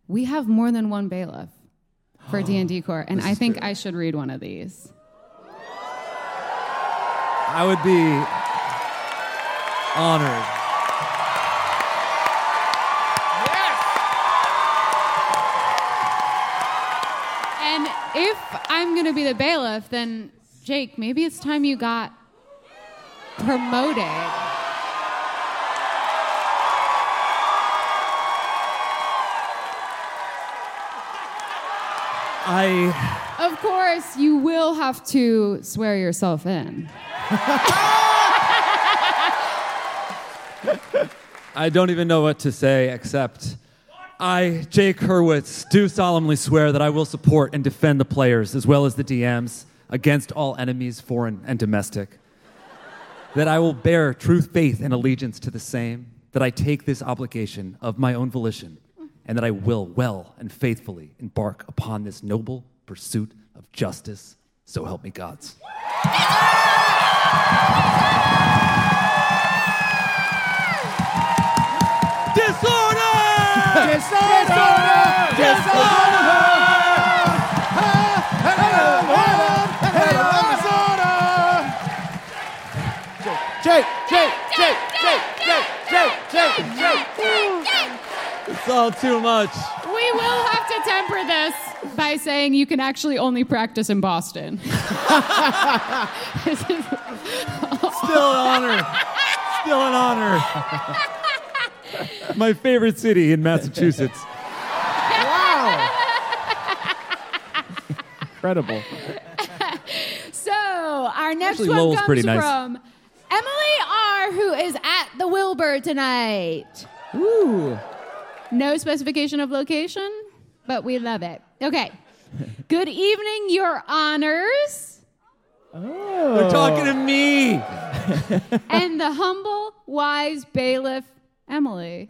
E: we have more than one bailiff
D: (gasps)
E: for D and D court, and I think I should read one of these.
D: I would be honored.
E: And if I'm going to be the bailiff, then Jake, maybe it's time you got promoted.
D: I.
E: Of course, you will have to swear yourself in.
D: I don't even know what to say except I, Jake Hurwitz, do solemnly swear that I will support and defend the players as well as the DMs against all enemies, foreign and domestic. that I will bear true faith and allegiance to the same, that I take this obligation of my own volition, and that I will well and faithfully embark upon this noble pursuit of justice, So help me gods.
B: Disorder!
I: Disorder!
O: Jake, Jake, Jake, Jake, Jake, Jake, Jake, Jake.
D: It's all too much.
E: We will have to temper this by saying you can actually only practice in Boston. This is-
D: Still an honor. Still an honor. My favorite city in Massachusetts.
C: Incredible.
E: so our next
D: Actually,
E: one
D: Lowell's
E: comes
D: pretty nice.
E: from Emily R, who is at the Wilbur tonight.
C: Ooh.
E: No specification of location, but we love it.
D: (laughs)
E: Okay. Good evening, Your Honors,
D: They're talking to me.
E: and the humble, wise bailiff
I: (laughs)
E: Emily. it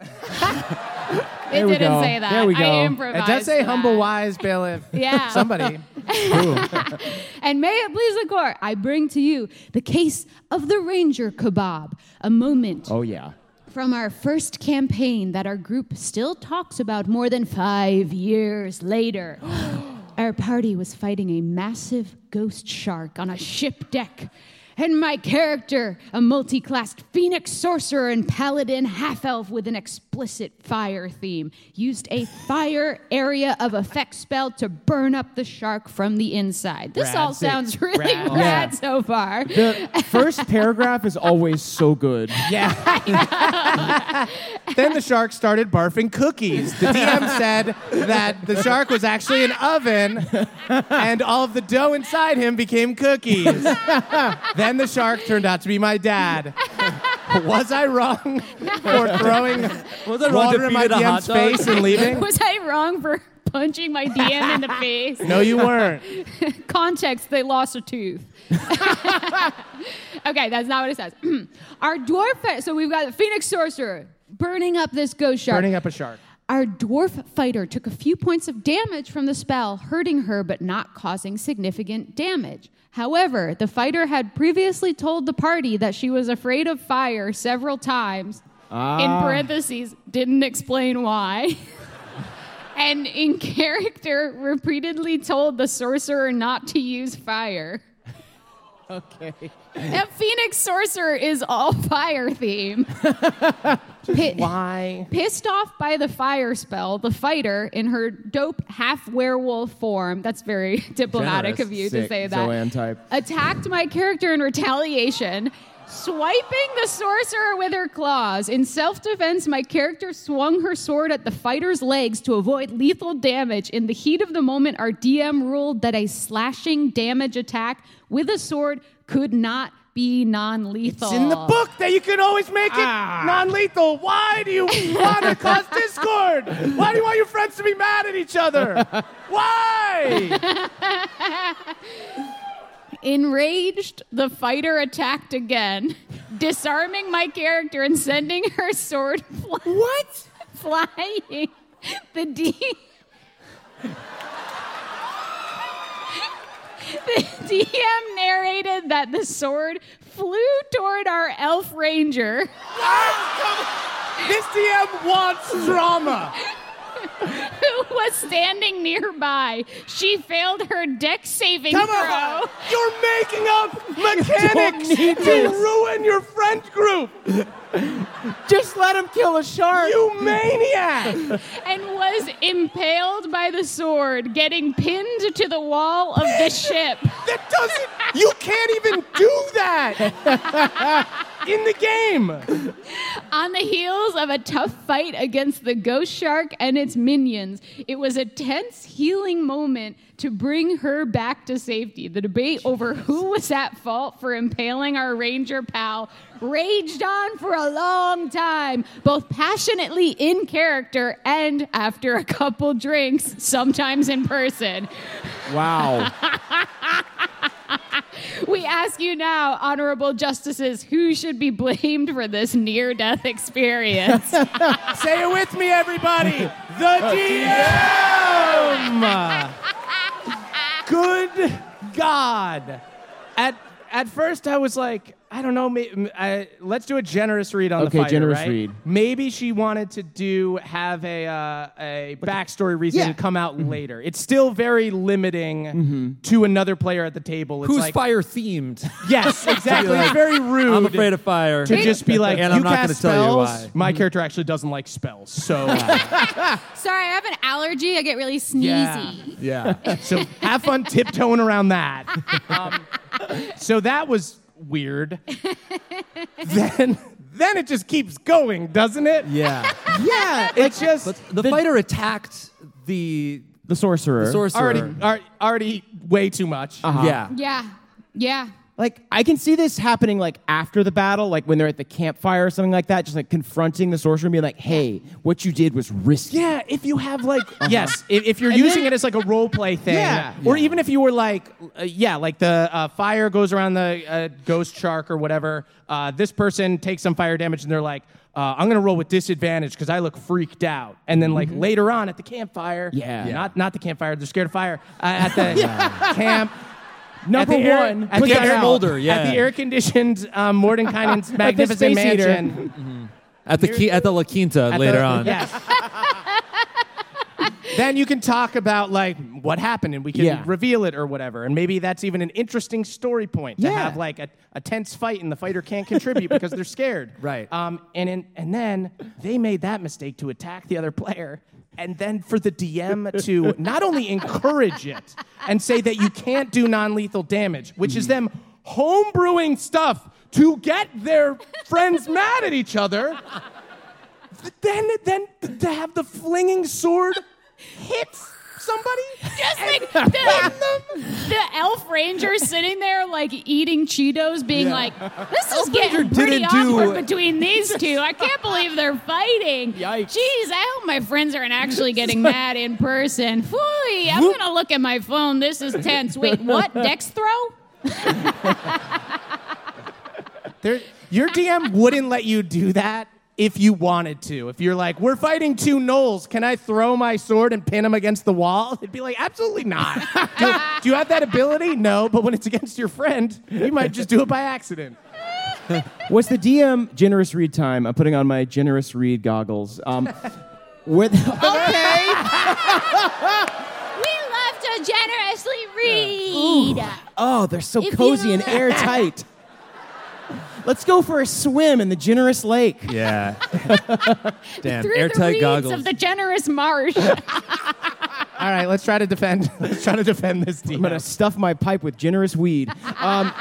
I: There we
E: didn't
I: go.
E: say that.
I: There we go.
E: I
I: It
E: improvised.
I: does say
E: that.
I: humble wise bailiff.
E: Yeah.
I: Somebody.
E: And may it please the court, I bring to you the case of the Ranger Kebab, a moment
C: Oh yeah.
E: from our first campaign that our group still talks about more than five years later. our party was fighting a massive ghost shark on a ship deck. And my character, a multi classed phoenix sorcerer and paladin half elf with an explicit fire theme, used a fire area of effect spell to burn up the shark from the inside. This
I: Rad
E: all
I: sick.
E: sounds really
I: Rad.
C: Yeah.
E: rad, so far.
C: The first paragraph is always so good.
I: Yeah. (laughs) then the shark started barfing cookies. The DM said that the shark was actually an oven and all of the dough inside him became cookies. then the shark turned out to be my dad. Was I wrong for throwing
D: Was I wrong
I: water
D: to
I: in my
D: feed it a hot
I: DM's
D: dog?
I: face and
E: (laughs)
I: leaving?
E: Was I wrong for punching my DM in the face?
I: No, you weren't.
E: Context, they lost a tooth. (laughs) okay, that's not what it says. (clears throat) Our dwarf, fi- so we've got the Phoenix Sorcerer burning up this ghost shark.
I: Burning up a shark.
E: Our dwarf fighter took a few points of damage from the spell, hurting her but not causing significant damage. However, the fighter had previously told the party that she was afraid of fire several times. In parentheses, didn't explain why. (laughs) and in character, repeatedly told the sorcerer not to use fire. Okay. (laughs) That Phoenix sorcerer is all fire theme. Pi-
I: Why?
E: Pissed off by the fire spell, the fighter, in her dope half werewolf form, that's very (laughs) diplomatic
D: Generous.
E: of you to
C: Sick
E: say that,
C: Zoanne type.
E: attacked my character in retaliation. Swiping the sorcerer with her claws. In self defense, my character swung her sword at the fighter's legs to avoid lethal damage. In the heat of the moment, our DM ruled that a slashing damage attack with a sword could not be non lethal.
I: It's in the book that you can always make it non-lethal. Why do you want to cause discord? Why do you want your friends to be mad at each other? Why?
E: Enraged, the fighter attacked again, (laughs) disarming my character and sending her sword (laughs) fly- what flying. The D. (laughs) the DM narrated that the sword flew toward our elf ranger.
I: this DM wants drama.
E: who was standing nearby. She failed her deck saving
I: Come
E: throw.
I: on. You're making up mechanics to ruin your friend group.
C: Just let him kill a shark.
I: You maniac.
E: and was impaled by the sword, getting pinned to the wall of the ship.
I: That doesn't You can't even do that. In the game.
E: On the heels of a tough fight against the ghost shark and its minions, it was a tense healing moment to bring her back to safety. The debate over who was at fault for impaling our ranger pal raged on for a long time, both passionately in character and after a couple drinks, sometimes in person.
C: Wow.
E: We ask you now, honorable justices, who should be blamed for this near death (laughs) experience?
I: Say it with me, everybody. The DM. Good God. At at first, I was like, I don't know. may- m- I- let's do a generous read on
C: Okay,
I: the fighter.
C: generous
I: right?
C: read.
I: Maybe she wanted to do have a uh, a backstory reason
C: Yeah. Mm-hmm.
I: come out later. It's still very limiting to another player at the table. It's
D: (laughs) Who's
I: like,
D: fire
I: (laughs)
D: themed? (laughs)
I: Yes, exactly.
D: like,
I: it's very rude.
D: I'm afraid of fire.
I: To just be like,
D: and
I: you
D: I'm not
I: cast
D: gonna
I: spells.
D: tell you why. Mm-hmm.
I: My character actually doesn't like
D: (laughs)
I: spells, so
E: Sorry, I have an allergy. I get really sneezy.
I: Yeah. Yeah. so have fun tiptoeing around that. Um, so that was weird. then then it just keeps going, doesn't it?
D: Yeah.
I: (laughs) Yeah. It's just
D: But the, fighter attacked the
C: The sorcerer.
D: sorcerer.
I: already ar- already way too much.
D: Yeah.
E: Yeah. Yeah.
C: Like I can see this happening like after the battle, like when they're at the campfire or something like that, just like confronting the sorcerer and being like, "Hey, what you did was risky." Uh-huh.
I: Yeah, if you have like yes, if, if you're using it as like a role play thing,
C: Yeah.
I: or even if you were like uh, yeah, like the uh, fire goes around the uh, ghost shark or whatever. Uh, this person takes some fire damage and they're like, uh, I'm gonna roll with disadvantage because I look freaked out. And then like later on at the campfire,
C: Mm-hmm. Yeah. Yeah.
I: not not the campfire, they're scared of fire uh, at the
C: (laughs)
I: camp.
C: Number
I: at the air-
C: one,
I: at
C: put
I: the
C: that
I: air,
C: out.
D: Molder,
I: at
D: yeah.
I: the air-conditioned um, (laughs) Mordenkainen's magnificent
C: space heater.
I: mansion
D: At the key, at the La Quinta
I: at
D: later
I: the-
D: on.
I: Yes. then you can talk about like what happened and we can
C: Yeah.
I: reveal it or whatever. And maybe that's even an interesting story point to
C: Yeah.
I: have like a, a tense fight and the fighter can't contribute because
C: (laughs)
I: they're scared.
D: Right.
I: Um, and, in, and then they made that mistake to attack the other player. And then for the DM to not only encourage it and say that you can't do non lethal damage, which is
C: Mm-hmm.
I: them homebrewing stuff to get their friends mad at each other then then to have the
E: (laughs)
I: flinging sword hit somebody
E: Just
I: and (laughs)
E: like
I: pin
E: (laughs) the-
I: them?
E: The elf ranger sitting there, like eating Cheetos, being like, "This is
D: ranger
E: getting pretty
D: didn't do-
E: awkward between (laughs) these two. I can't believe they're fighting. Yikes! Jeez, I hope my friends aren't actually (laughs) getting mad in person. Phooey, I'm gonna look at my phone. This is tense. Wait, (laughs) what? Dex throw?
I: There- your dm wouldn't let you do that if you wanted to if you're like we're fighting two gnolls can i throw my sword and pin them against the wall (laughs) it'd be like absolutely not do, do you have that ability no but when it's against your friend you might just do it by accident
C: (laughs) Was the DM generous read time? I'm putting on my generous read goggles. Um, with
E: (laughs)
C: okay,
E: We love to generously read.
C: oh, they're so
E: If you
C: cozy
E: (laughs)
C: and
E: like-
C: airtight. Let's go for a swim in the generous lake.
D: Yeah. (laughs) Damn.
E: Through the
D: Airtight
E: reeds
D: goggles.
E: of the generous
I: (laughs)
E: marsh.
I: all right let's try to defend (laughs) let's try to defend this
C: I'm gonna
I: DM.
C: stuff my pipe with generous weed. Um,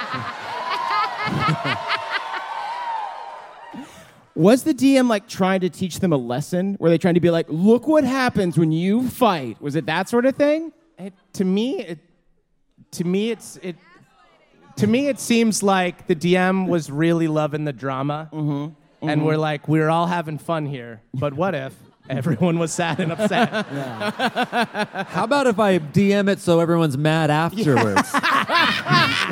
C: was the DM like trying to teach them a lesson? Were they trying to be like, look what happens when you fight? Was it that sort of thing?
I: It, to me, it, to me, it's it. To me, it seems like the DM was really loving the drama, and we're like, we're all having fun here. But what if everyone was sad and upset?
D: How about if I DM it so everyone's mad afterwards?
E: I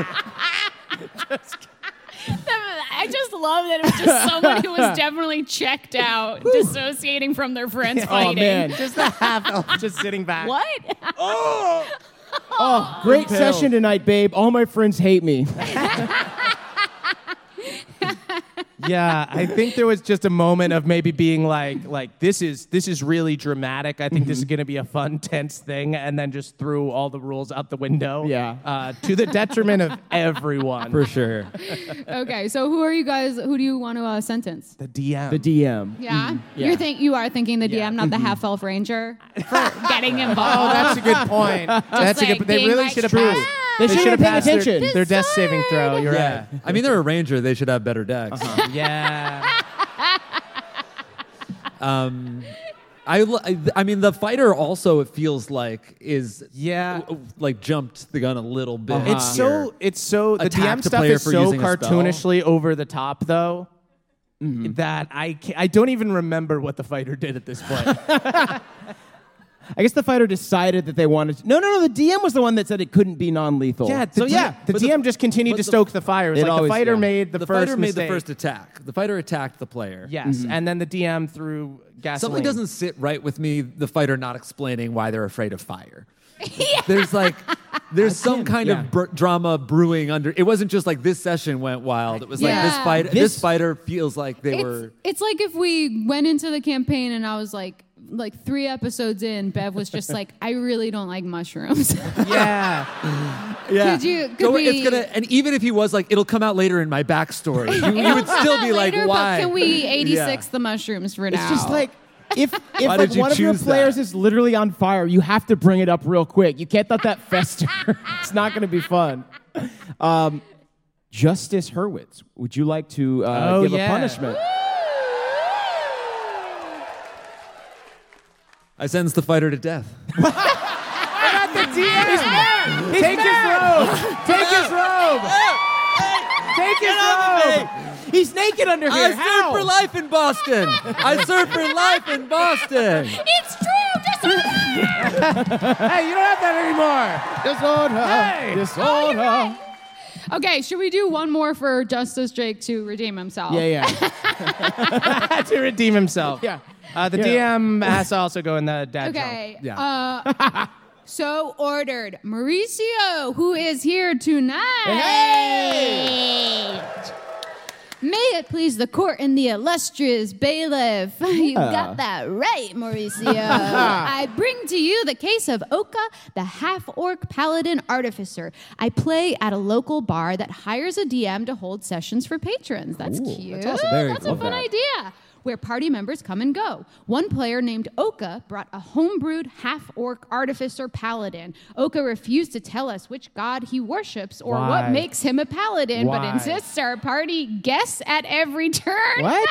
E: just love that it was
I: (laughs)
E: just someone who was definitely checked out, dissociating from their
I: (laughs) Oh,
E: friends fighting.
I: just the half elf (laughs) just sitting back.
E: What?
C: Great
I: Impaled.
C: session tonight, babe. All my friends hate
E: (laughs)
C: me.
I: Yeah, I think there was just a moment of maybe being like, like this is this is really dramatic. I think this is
C: Mm-hmm.
I: going to be a fun, tense thing, and then just threw all the rules out the window.
C: Yeah.
I: uh, to the detriment of everyone.
D: For sure.
K: Okay, so who are you guys? Who do you want to uh, sentence?
I: the DM.
C: The DM.
K: Yeah, you're think you are thinking the DM,
I: Yeah.
K: not the half elf ranger,
I: (laughs)
K: for getting
I: Mm-hmm. Oh,
K: involved.
I: (laughs) that's a good
E: (laughs)
I: point. that's
E: like
I: a good. They
E: being
I: really
E: like,
I: should have passed.
E: "Ah,
C: They should've
I: should've
C: paid
I: passed their-
C: attention.
I: Their, death saving throw. You're
D: Yeah. I mean, they're a ranger. They should have better decks.
I: right. Yeah.
D: I, lo- I, I mean, the fighter also, it feels like, is
I: Yeah. Uh-huh.
D: w- w- like jumped the gun a little bit.
I: It's so. It's so. The
D: Attack
I: DM
D: the
I: stuff
D: player
I: is
D: for
I: so
D: using a spell. Mm-hmm.
I: cartoonishly over the top, though. That I can I don't even remember what the fighter did
D: (laughs)
I: at this point.
C: I guess the fighter decided that they wanted. To, no, no, no. The DM was the one that said it couldn't be non-lethal.
I: yeah, the
C: so
I: D-
C: yeah,
I: the
D: but the-
I: DM just continued
D: but
I: to
D: the-
I: stoke the fire. It was
C: It
I: like
C: always-
I: the fighter
C: yeah.
I: made the,
D: the
I: first
D: fighter made
I: mistake.
D: the first attack. The fighter attacked the player.
I: Yes, and then the DM threw gasoline.
D: Mm-hmm. Something doesn't
E: (laughs)
D: sit right with me, the fighter not explaining why they're afraid of fire. There's like, There's some kind of br- drama brewing under. It wasn't just like this session went wild. It was like this
E: Yeah.
D: fight. This,
E: This-
D: fighter feels like they
E: it's,
D: were.
E: it's like if we went into the campaign and I was like, like three episodes in, Bev was just like, I really don't like
D: (laughs)
E: mushrooms.
D: Yeah.
E: Could you- could
D: so
E: we-
D: it's gonna, and even if he was like, it'll come out later in my
E: (laughs)
D: backstory. You, you would still be like,
E: Later,
D: why?
E: But can we 86
D: Yeah.
E: the mushrooms for now?
C: It's just like if if
D: (laughs) Why
C: like
D: did you
C: one of your
D: choose that?
C: players is literally on fire, you have to bring it up real quick. You can't let
I: (laughs)
C: that fester. it's not going to be fun. Um, Justice Hurwitz, would you like to uh,
I: Oh,
C: give
I: yeah.
C: a punishment?
D: I sentenced the fighter to death.
I: Not the DM.
C: He's
I: Take his
C: mad.
I: robe. Take his robe. Take his robe.
C: He's naked under here.
D: I
C: How?
D: served for life in Boston. I served for life in Boston.
E: it's true. Just
I: Hey, you don't have that anymore.
C: Disorder.
I: Hey.
C: Disorder.
E: (laughs) okay. Should we do one more for Justice Drake to redeem himself?
C: Yeah, yeah.
I: Had to redeem himself.
C: Yeah.
I: Uh, the
C: Yeah.
I: DM has to also go in the dad
E: Okay.
D: Yeah.
E: Uh,
D: (laughs)
E: so ordered, Mauricio, who is here tonight. May it please the court and the illustrious bailiff. (laughs) You got that right, Mauricio. I bring to you the case of Oka, the half orc paladin artificer. I play at a local bar that hires a DM to hold sessions for patrons. That's cute. That's,
D: awesome. Very
E: a
D: cool.
E: fun
D: Love
E: idea. Where party members come and go. One player named Oka brought a homebrewed half orc artificer paladin. Oka refused to tell us which god he worships or
I: Why?
E: what makes him a paladin,
I: Why?
E: but insists our party guess at every turn. (laughs)
C: What?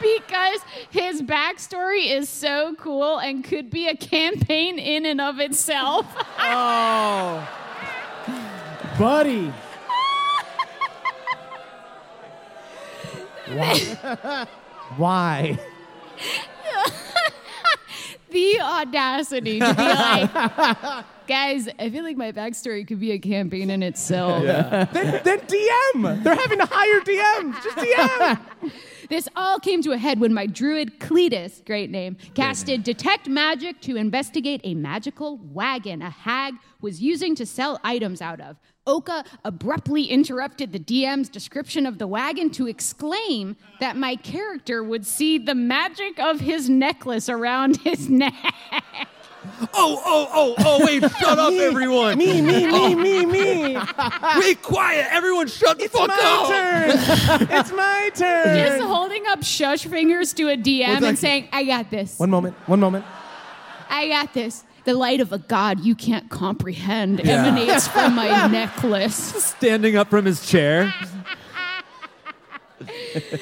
E: because his backstory is so cool and could be a campaign in and of itself. (laughs)
C: Buddy.
I: joke. Why?
E: the audacity to be like, guys, I feel like my backstory could be a campaign in itself.
I: then, then DM. They're having to hire DMs. Just DM.
E: This all came to a head when my druid Cletus, great name, casted Detect Magic to investigate a magical wagon a hag was using to sell items out of. Oka abruptly interrupted the DM's description of the wagon to exclaim that my character would see the magic of his necklace around his neck.
D: Oh, oh, oh, oh, wait, shut up, everyone.
I: me, me, me, (laughs) me, me.
D: Wait, quiet. Everyone, shut the fuck up.
I: turn. it's my
E: (laughs) Just
I: turn.
E: holding up shush fingers to a DM
D: that?
E: and saying, I got this.
I: One moment. One moment.
E: I got this. The light of a god you can't comprehend emanates from my (laughs) necklace.
D: Standing up from his chair.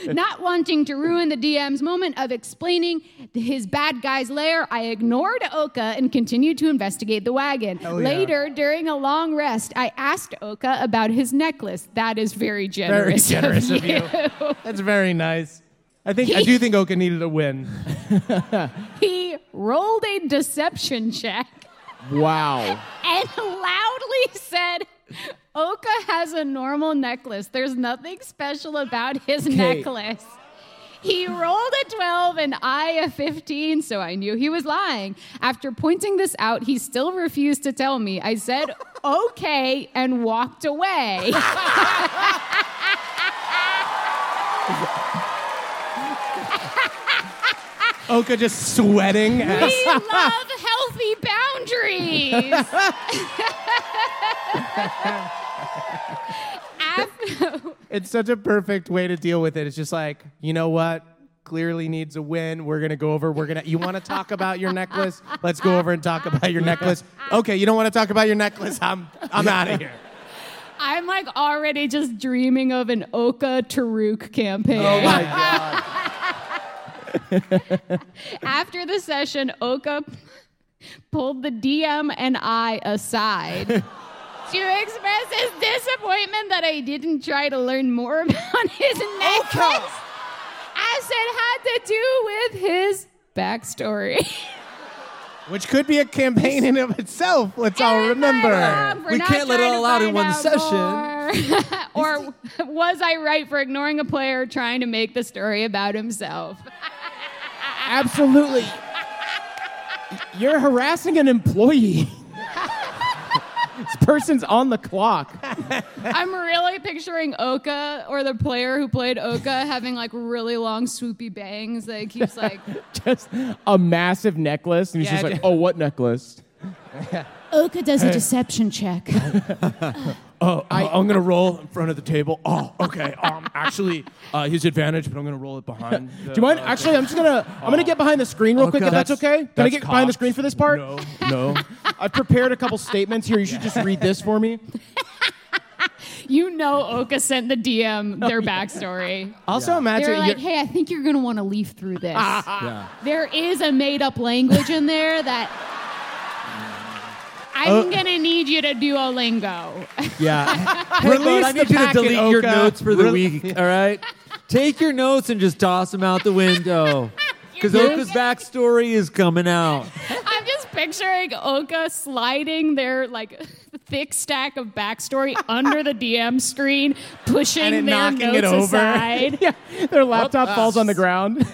E: Not wanting to ruin the DM's moment of explaining his bad guy's lair, I ignored Oka and continued to investigate the wagon. Later, during a long rest, I asked Oka about his necklace. That is very
I: Very
E: generous.
I: generous
E: of
I: of you. That's very nice. I think I
E: He-
I: do think Oka needed a win.
E: (laughs) He rolled a deception check
C: Wow.
E: and (laughs) loudly said, Oka has a normal necklace. There's nothing special about his necklace. He rolled a 12 and I a 15, so I knew he was lying. After pointing this out, he still refused to tell me. I said, okay, and walked away.
I: Oka just sweating. As,
E: We love healthy boundaries. After,
I: it's such a perfect way to deal with it. It's just like, you know what? Clearly needs a win. We're gonna go over. We're gonna. You want to talk about your necklace? Let's go over and talk about your necklace. Okay, you don't want to talk about your necklace. I'm I'm out of here.
E: I'm like already just dreaming of an Oka Taruk campaign. (laughs) After the session, Oka pulled the DM and I aside to express his disappointment that I didn't try to learn more about his necklace as it had to do with his backstory. (laughs)
I: Which could be a campaign in of itself. Let's all
E: Am I
I: remember.
E: wrong for
D: We
E: not
D: can't let it
E: trying to
D: all out in one
E: find out
D: session.
E: more? or
D: (laughs)
E: (laughs) was I right for ignoring a player trying to make the story
D: (laughs)
E: about himself?
C: Absolutely. You're harassing an employee. this person's on the clock.
E: I'm really picturing Oka or the player who played Oka
D: (laughs)
E: having like really long swoopy bangs that he keeps like
C: Just a massive necklace, and he's
E: Yeah,
C: just
E: I
C: like,
E: do.
C: "Oh, what necklace?"
E: (laughs) Oka does
I: a
E: a deception check.
I: Oh, I, am gonna roll in front of the table. Oh, okay. Um, actually, uh, his advantage, but I'm gonna roll it
C: (laughs)
I: behind. Oh.
C: Do you mind? Actually, I'm just gonna I'm gonna get behind the screen real quick
I: Okay.
C: if that's
I: That's-
C: okay. Can I
I: that's
C: get behind the
I: cocked.
C: screen for this part?
I: No, no.
C: (laughs) I've prepared a couple statements here. You should just read this for me.
E: You know, Oka sent the DM
D: (laughs) Oh,
E: their backstory.
I: Also, imagine
E: They're like,
I: you're-
E: hey, I think you're gonna want to leaf through
I: (laughs)
E: this. There is a made up language in there
I: (laughs)
E: that
I: Uh,
E: I'm gonna need you to (laughs) Duolingo.
D: Yeah. Release
I: Bud, I
D: I need
I: need
D: you to
I: packet,
D: delete your
I: Oka.
D: notes for the
I: Rel-
D: (laughs) week, all right? Take your notes and just toss them out the (laughs) window. Because
E: You're
D: Oka's
E: gonna-
D: backstory is coming out.
E: I'm just picturing Oka sliding their like (laughs) thick stack of backstory (laughs) under the DM screen, pushing
I: And it
E: their
I: knocking it
E: notes
I: over. (laughs)
E: aside.
C: yeah, their laptop falls on the ground.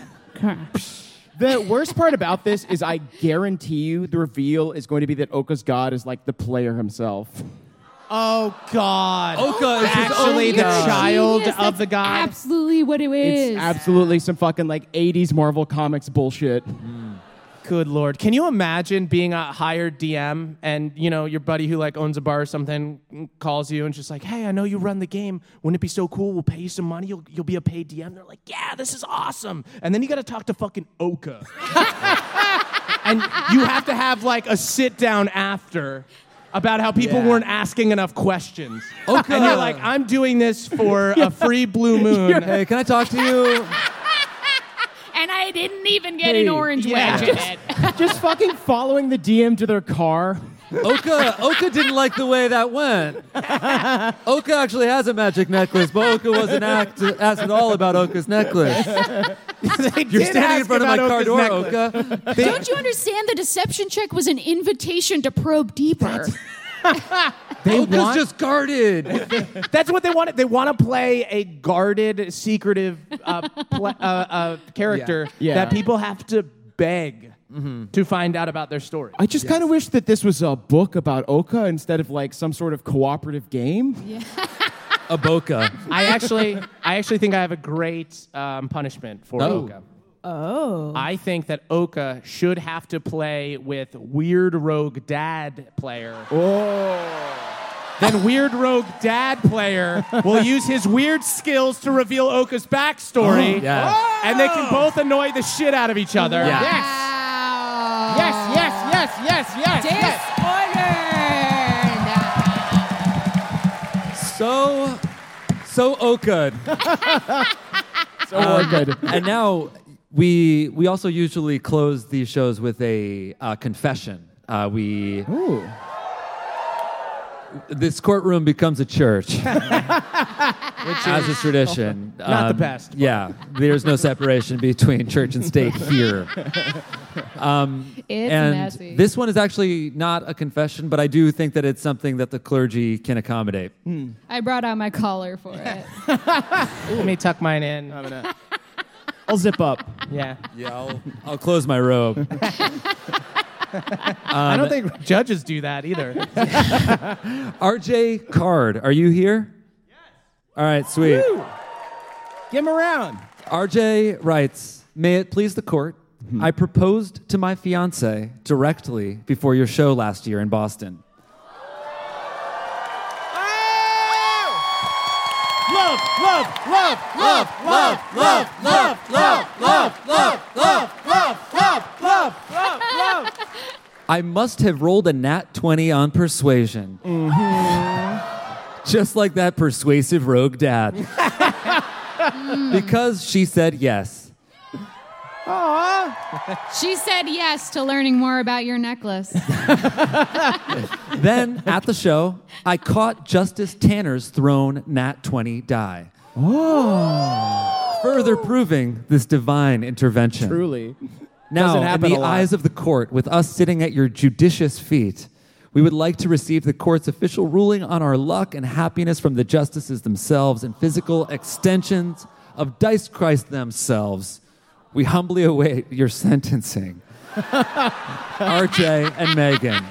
C: (laughs) the worst part about this is I guarantee you the reveal is going to be that Oka's god is like the player himself.
I: Oh God.
D: Oka is his
I: Actually,
D: only
I: the
D: god.
I: child
E: Oh, Genius,
I: of
E: that's
I: the god.
E: Absolutely what it is.
C: It's absolutely some fucking like 80s Marvel Comics bullshit.
I: Good lord. Can you imagine being a hired DM and you know your buddy who like owns a bar or something calls you and just like, hey, I know you run the game. Wouldn't it be so cool? We'll pay you some money. You'll you'll be a paid DM. They're like, yeah, this is awesome. And then you got to talk to fucking Oka. (laughs) and you have to have like a sit down after about how people
D: Yeah.
I: weren't asking enough questions.
D: Oka.
I: And you're like, I'm doing
C: (laughs)
I: this for a free blue moon.
D: Hey, can I talk to you?
E: and I didn't even get
C: Hey,
E: an orange
I: yeah.
E: wedge in it.
C: Just fucking following the DM to their
I: (laughs)
C: car. (laughs)
D: Oka, Oka didn't like the way that (laughs) went. Oka actually has a magic necklace, but Oka wasn't act- asked at all about Oka's necklace. You're standing in front of my car door, Oka.
E: Don't you understand? The deception check was an invitation to probe deeper.
D: Oka's just guarded. (laughs)
I: That's what they want. They want to play a guarded, secretive uh, pla uh, uh, character
C: Yeah.
I: that
C: Yeah.
I: people have to beg to find out about their story.
C: I just kind of wish that this was a book about Oka instead of like some sort of cooperative game.
D: A Boca.
I: I actually, I actually think I have a great um, punishment for
D: Oh.
I: Oka. Oh. I think that Oka should have to play with Weird Rogue Dad player.
D: Oh.
I: Then Weird Rogue Dad player will use his weird skills to reveal Oka's backstory.
D: Oh, yes.
I: And they can both annoy the shit out of each other.
D: Yeah.
E: Wow.
C: Yes, yes, yes, yes, yes, yes.
E: Disordered.
D: So, so Oka. Um,
C: So we're good.
D: and now we we also usually close these shows with a uh, confession. Uh, we
C: Ooh.
D: this courtroom becomes a church, which as a tradition. Um,
I: Not the best, but-
D: Yeah, there's no separation between church and state here.
E: It's
D: and
E: messy.
D: this one is actually not a confession, but I do think that it's something that the clergy can accommodate.
E: I brought out my collar for
D: (laughs)
E: it.
I: Let me tuck mine in.
C: I'll zip up.
I: yeah.
D: Yeah, I'll, I'll close my robe. (laughs) Um,
I: I don't think judges do that either.
D: RJ Card, are you here? All right, sweet.
C: Give him a round.
D: RJ writes, May it please the court, I proposed to my fiance directly before your show last year in Boston.
C: Love, love, love, love, love, love, love, love, love, love, love, love, love, love.
D: I must have rolled a nat 20 on persuasion.
C: Mm-hmm.
D: Just like that persuasive rogue dad.
C: (laughs)
D: because she said yes.
E: She said yes to learning more about
D: (laughs)
E: your necklace.
D: Then at the show, I caught Justice Tanner's thrown nat 20 die. Further proving this divine intervention.
C: Truly.
D: Now,
C: Doesn't happen
D: in
C: a
D: the
C: lot.
D: eyes of the court, with us sitting at your judicious feet, we would like to receive the court's official ruling on our luck and happiness from the justices themselves and physical extensions of Dice Christ themselves. We humbly await your sentencing. (laughs) RJ and Megan.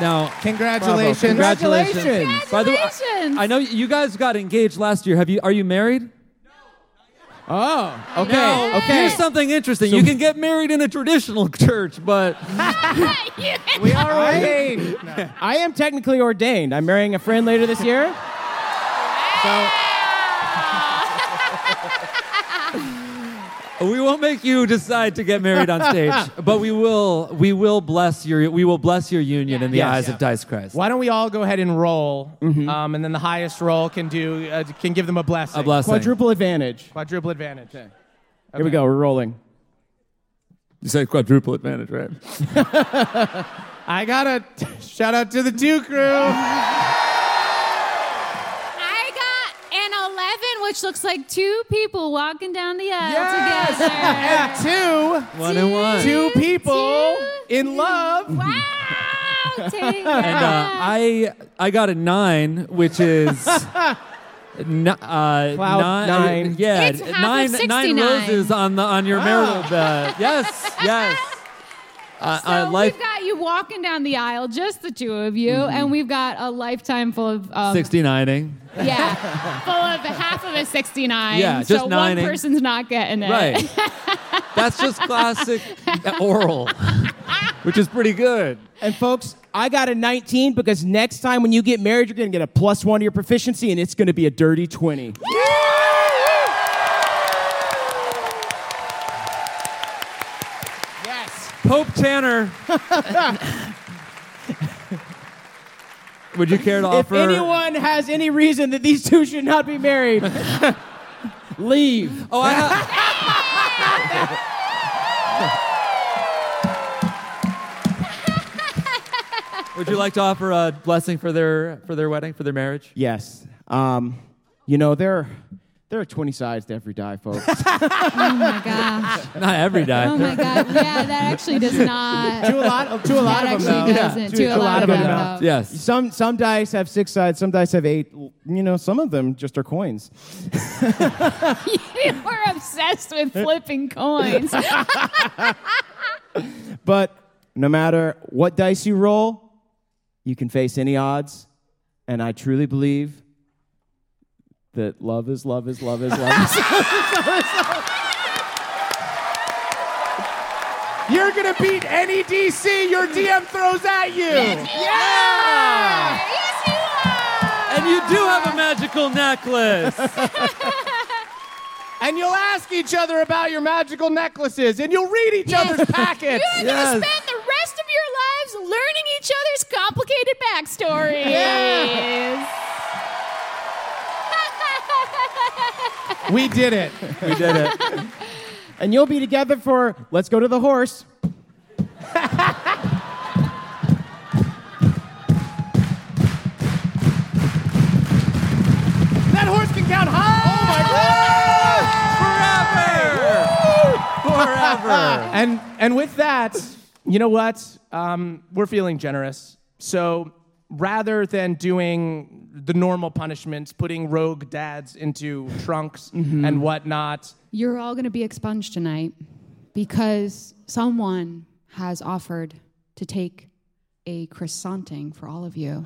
D: Now,
I: Congratulations.
D: congratulations! By the way, I-
E: Congratulations.
D: I know you guys got engaged last year. Have you? Are you married? Oh, okay.
E: Now, okay.
D: Here's something interesting. you can get married in a traditional (laughs) church, but
C: We are ordained. I am technically ordained. I'm marrying a friend later this
D: (laughs)
C: year. So
D: we won't make you decide to get married on (laughs) stage. but we will. We will bless your. We will bless your union in the
I: Yes.
D: eyes of Dice Christ.
I: Why don't we all go ahead and roll, um, and then the highest roll can do uh, can give them a blessing.
D: Mm-hmm. A blessing.
C: quadruple advantage.
I: Quadruple advantage.
C: Here we go. We're rolling.
D: You said quadruple advantage, right?
I: I
C: (laughs)
I: got a shout out to the two crew.
E: I got an 11, which looks like two people walking down the aisle
I: And
E: together.
I: two,
D: One (laughs) and one.
I: two people
E: Two.
I: in love.
D: (laughs)
E: Wow, take
D: And uh, I I got a nine, which is. N- uh,
C: nine.
D: yeah,
E: It's half of
D: nine, nine
E: 69.
D: roses on the on your marital bed.
E: (laughs)
D: Yes, yes. Uh,
E: So we've got you walking down the aisle, just the two of you,
D: Mm-hmm.
E: and we've got a lifetime full of um,
D: 69ing. (laughs)
E: Yeah, full of half of a sixty-nine.
D: Yeah,
E: so
D: just
E: one
D: nining.
E: person's not getting it.
D: Right. That's just classic oral, which is pretty good.
C: And folks, I got a 19 because next time when you get married, you're going to get a plus one to your proficiency, and it's going to be a dirty 20.
D: Pope Tanner. Would you care to
C: If
D: offer?
C: anyone has any reason that these two should not be married, (laughs) leave.
D: Oh, I have. Would you like to offer a blessing for their for their wedding, for their marriage?
C: Yes. Um, you know, there are, there are 20 sides to every die, folks.
E: Oh my gosh.
D: (laughs) Not every day.
E: Oh my god. Yeah, that actually does not. (laughs)
I: To a lot, to a lot
E: that
I: of them
E: actually
I: though.
E: doesn't. To, a, lot, of them. though.
D: Yes.
C: some, some dice have six sides, some dice have eight. You know, some of them just are coins.
E: You are obsessed with flipping
D: (laughs)
E: coins.
C: But no matter what dice you roll, you can face any odds. And I truly believe that love is love is love is love. is-
I: You're gonna beat any DC your DM throws at you.
E: yeah. Yes, you are.
D: And you do have a magical
E: (laughs)
D: necklace.
I: And you'll ask each other about your magical necklaces, and you'll read each other's
C: (laughs)
I: packets.
E: You're
D: Yes.
E: gonna spend the rest of your lives learning each other's complicated backstories.
I: We did it.
D: (laughs) we did it.
C: (laughs) and you'll be together for let's go to the horse.
I: That horse can count
D: Oh
I: high.
D: Forever.
I: (laughs) And and with that, you know what? Um, we're feeling generous. So rather than doing the normal punishments, putting rogue dads into trunks and whatnot,
E: You're all going to be expunged tonight because someone has offered to take a croissanting for all of you.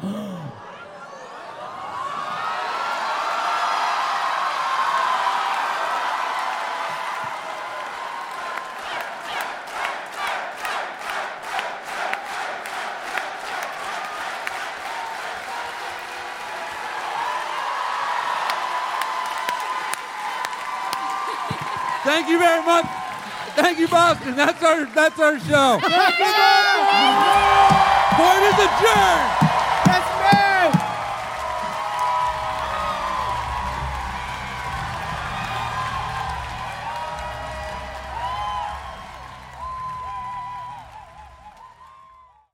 D: Thank you very much. Thank you, Boston. That's our that's our show. Point is adjourned.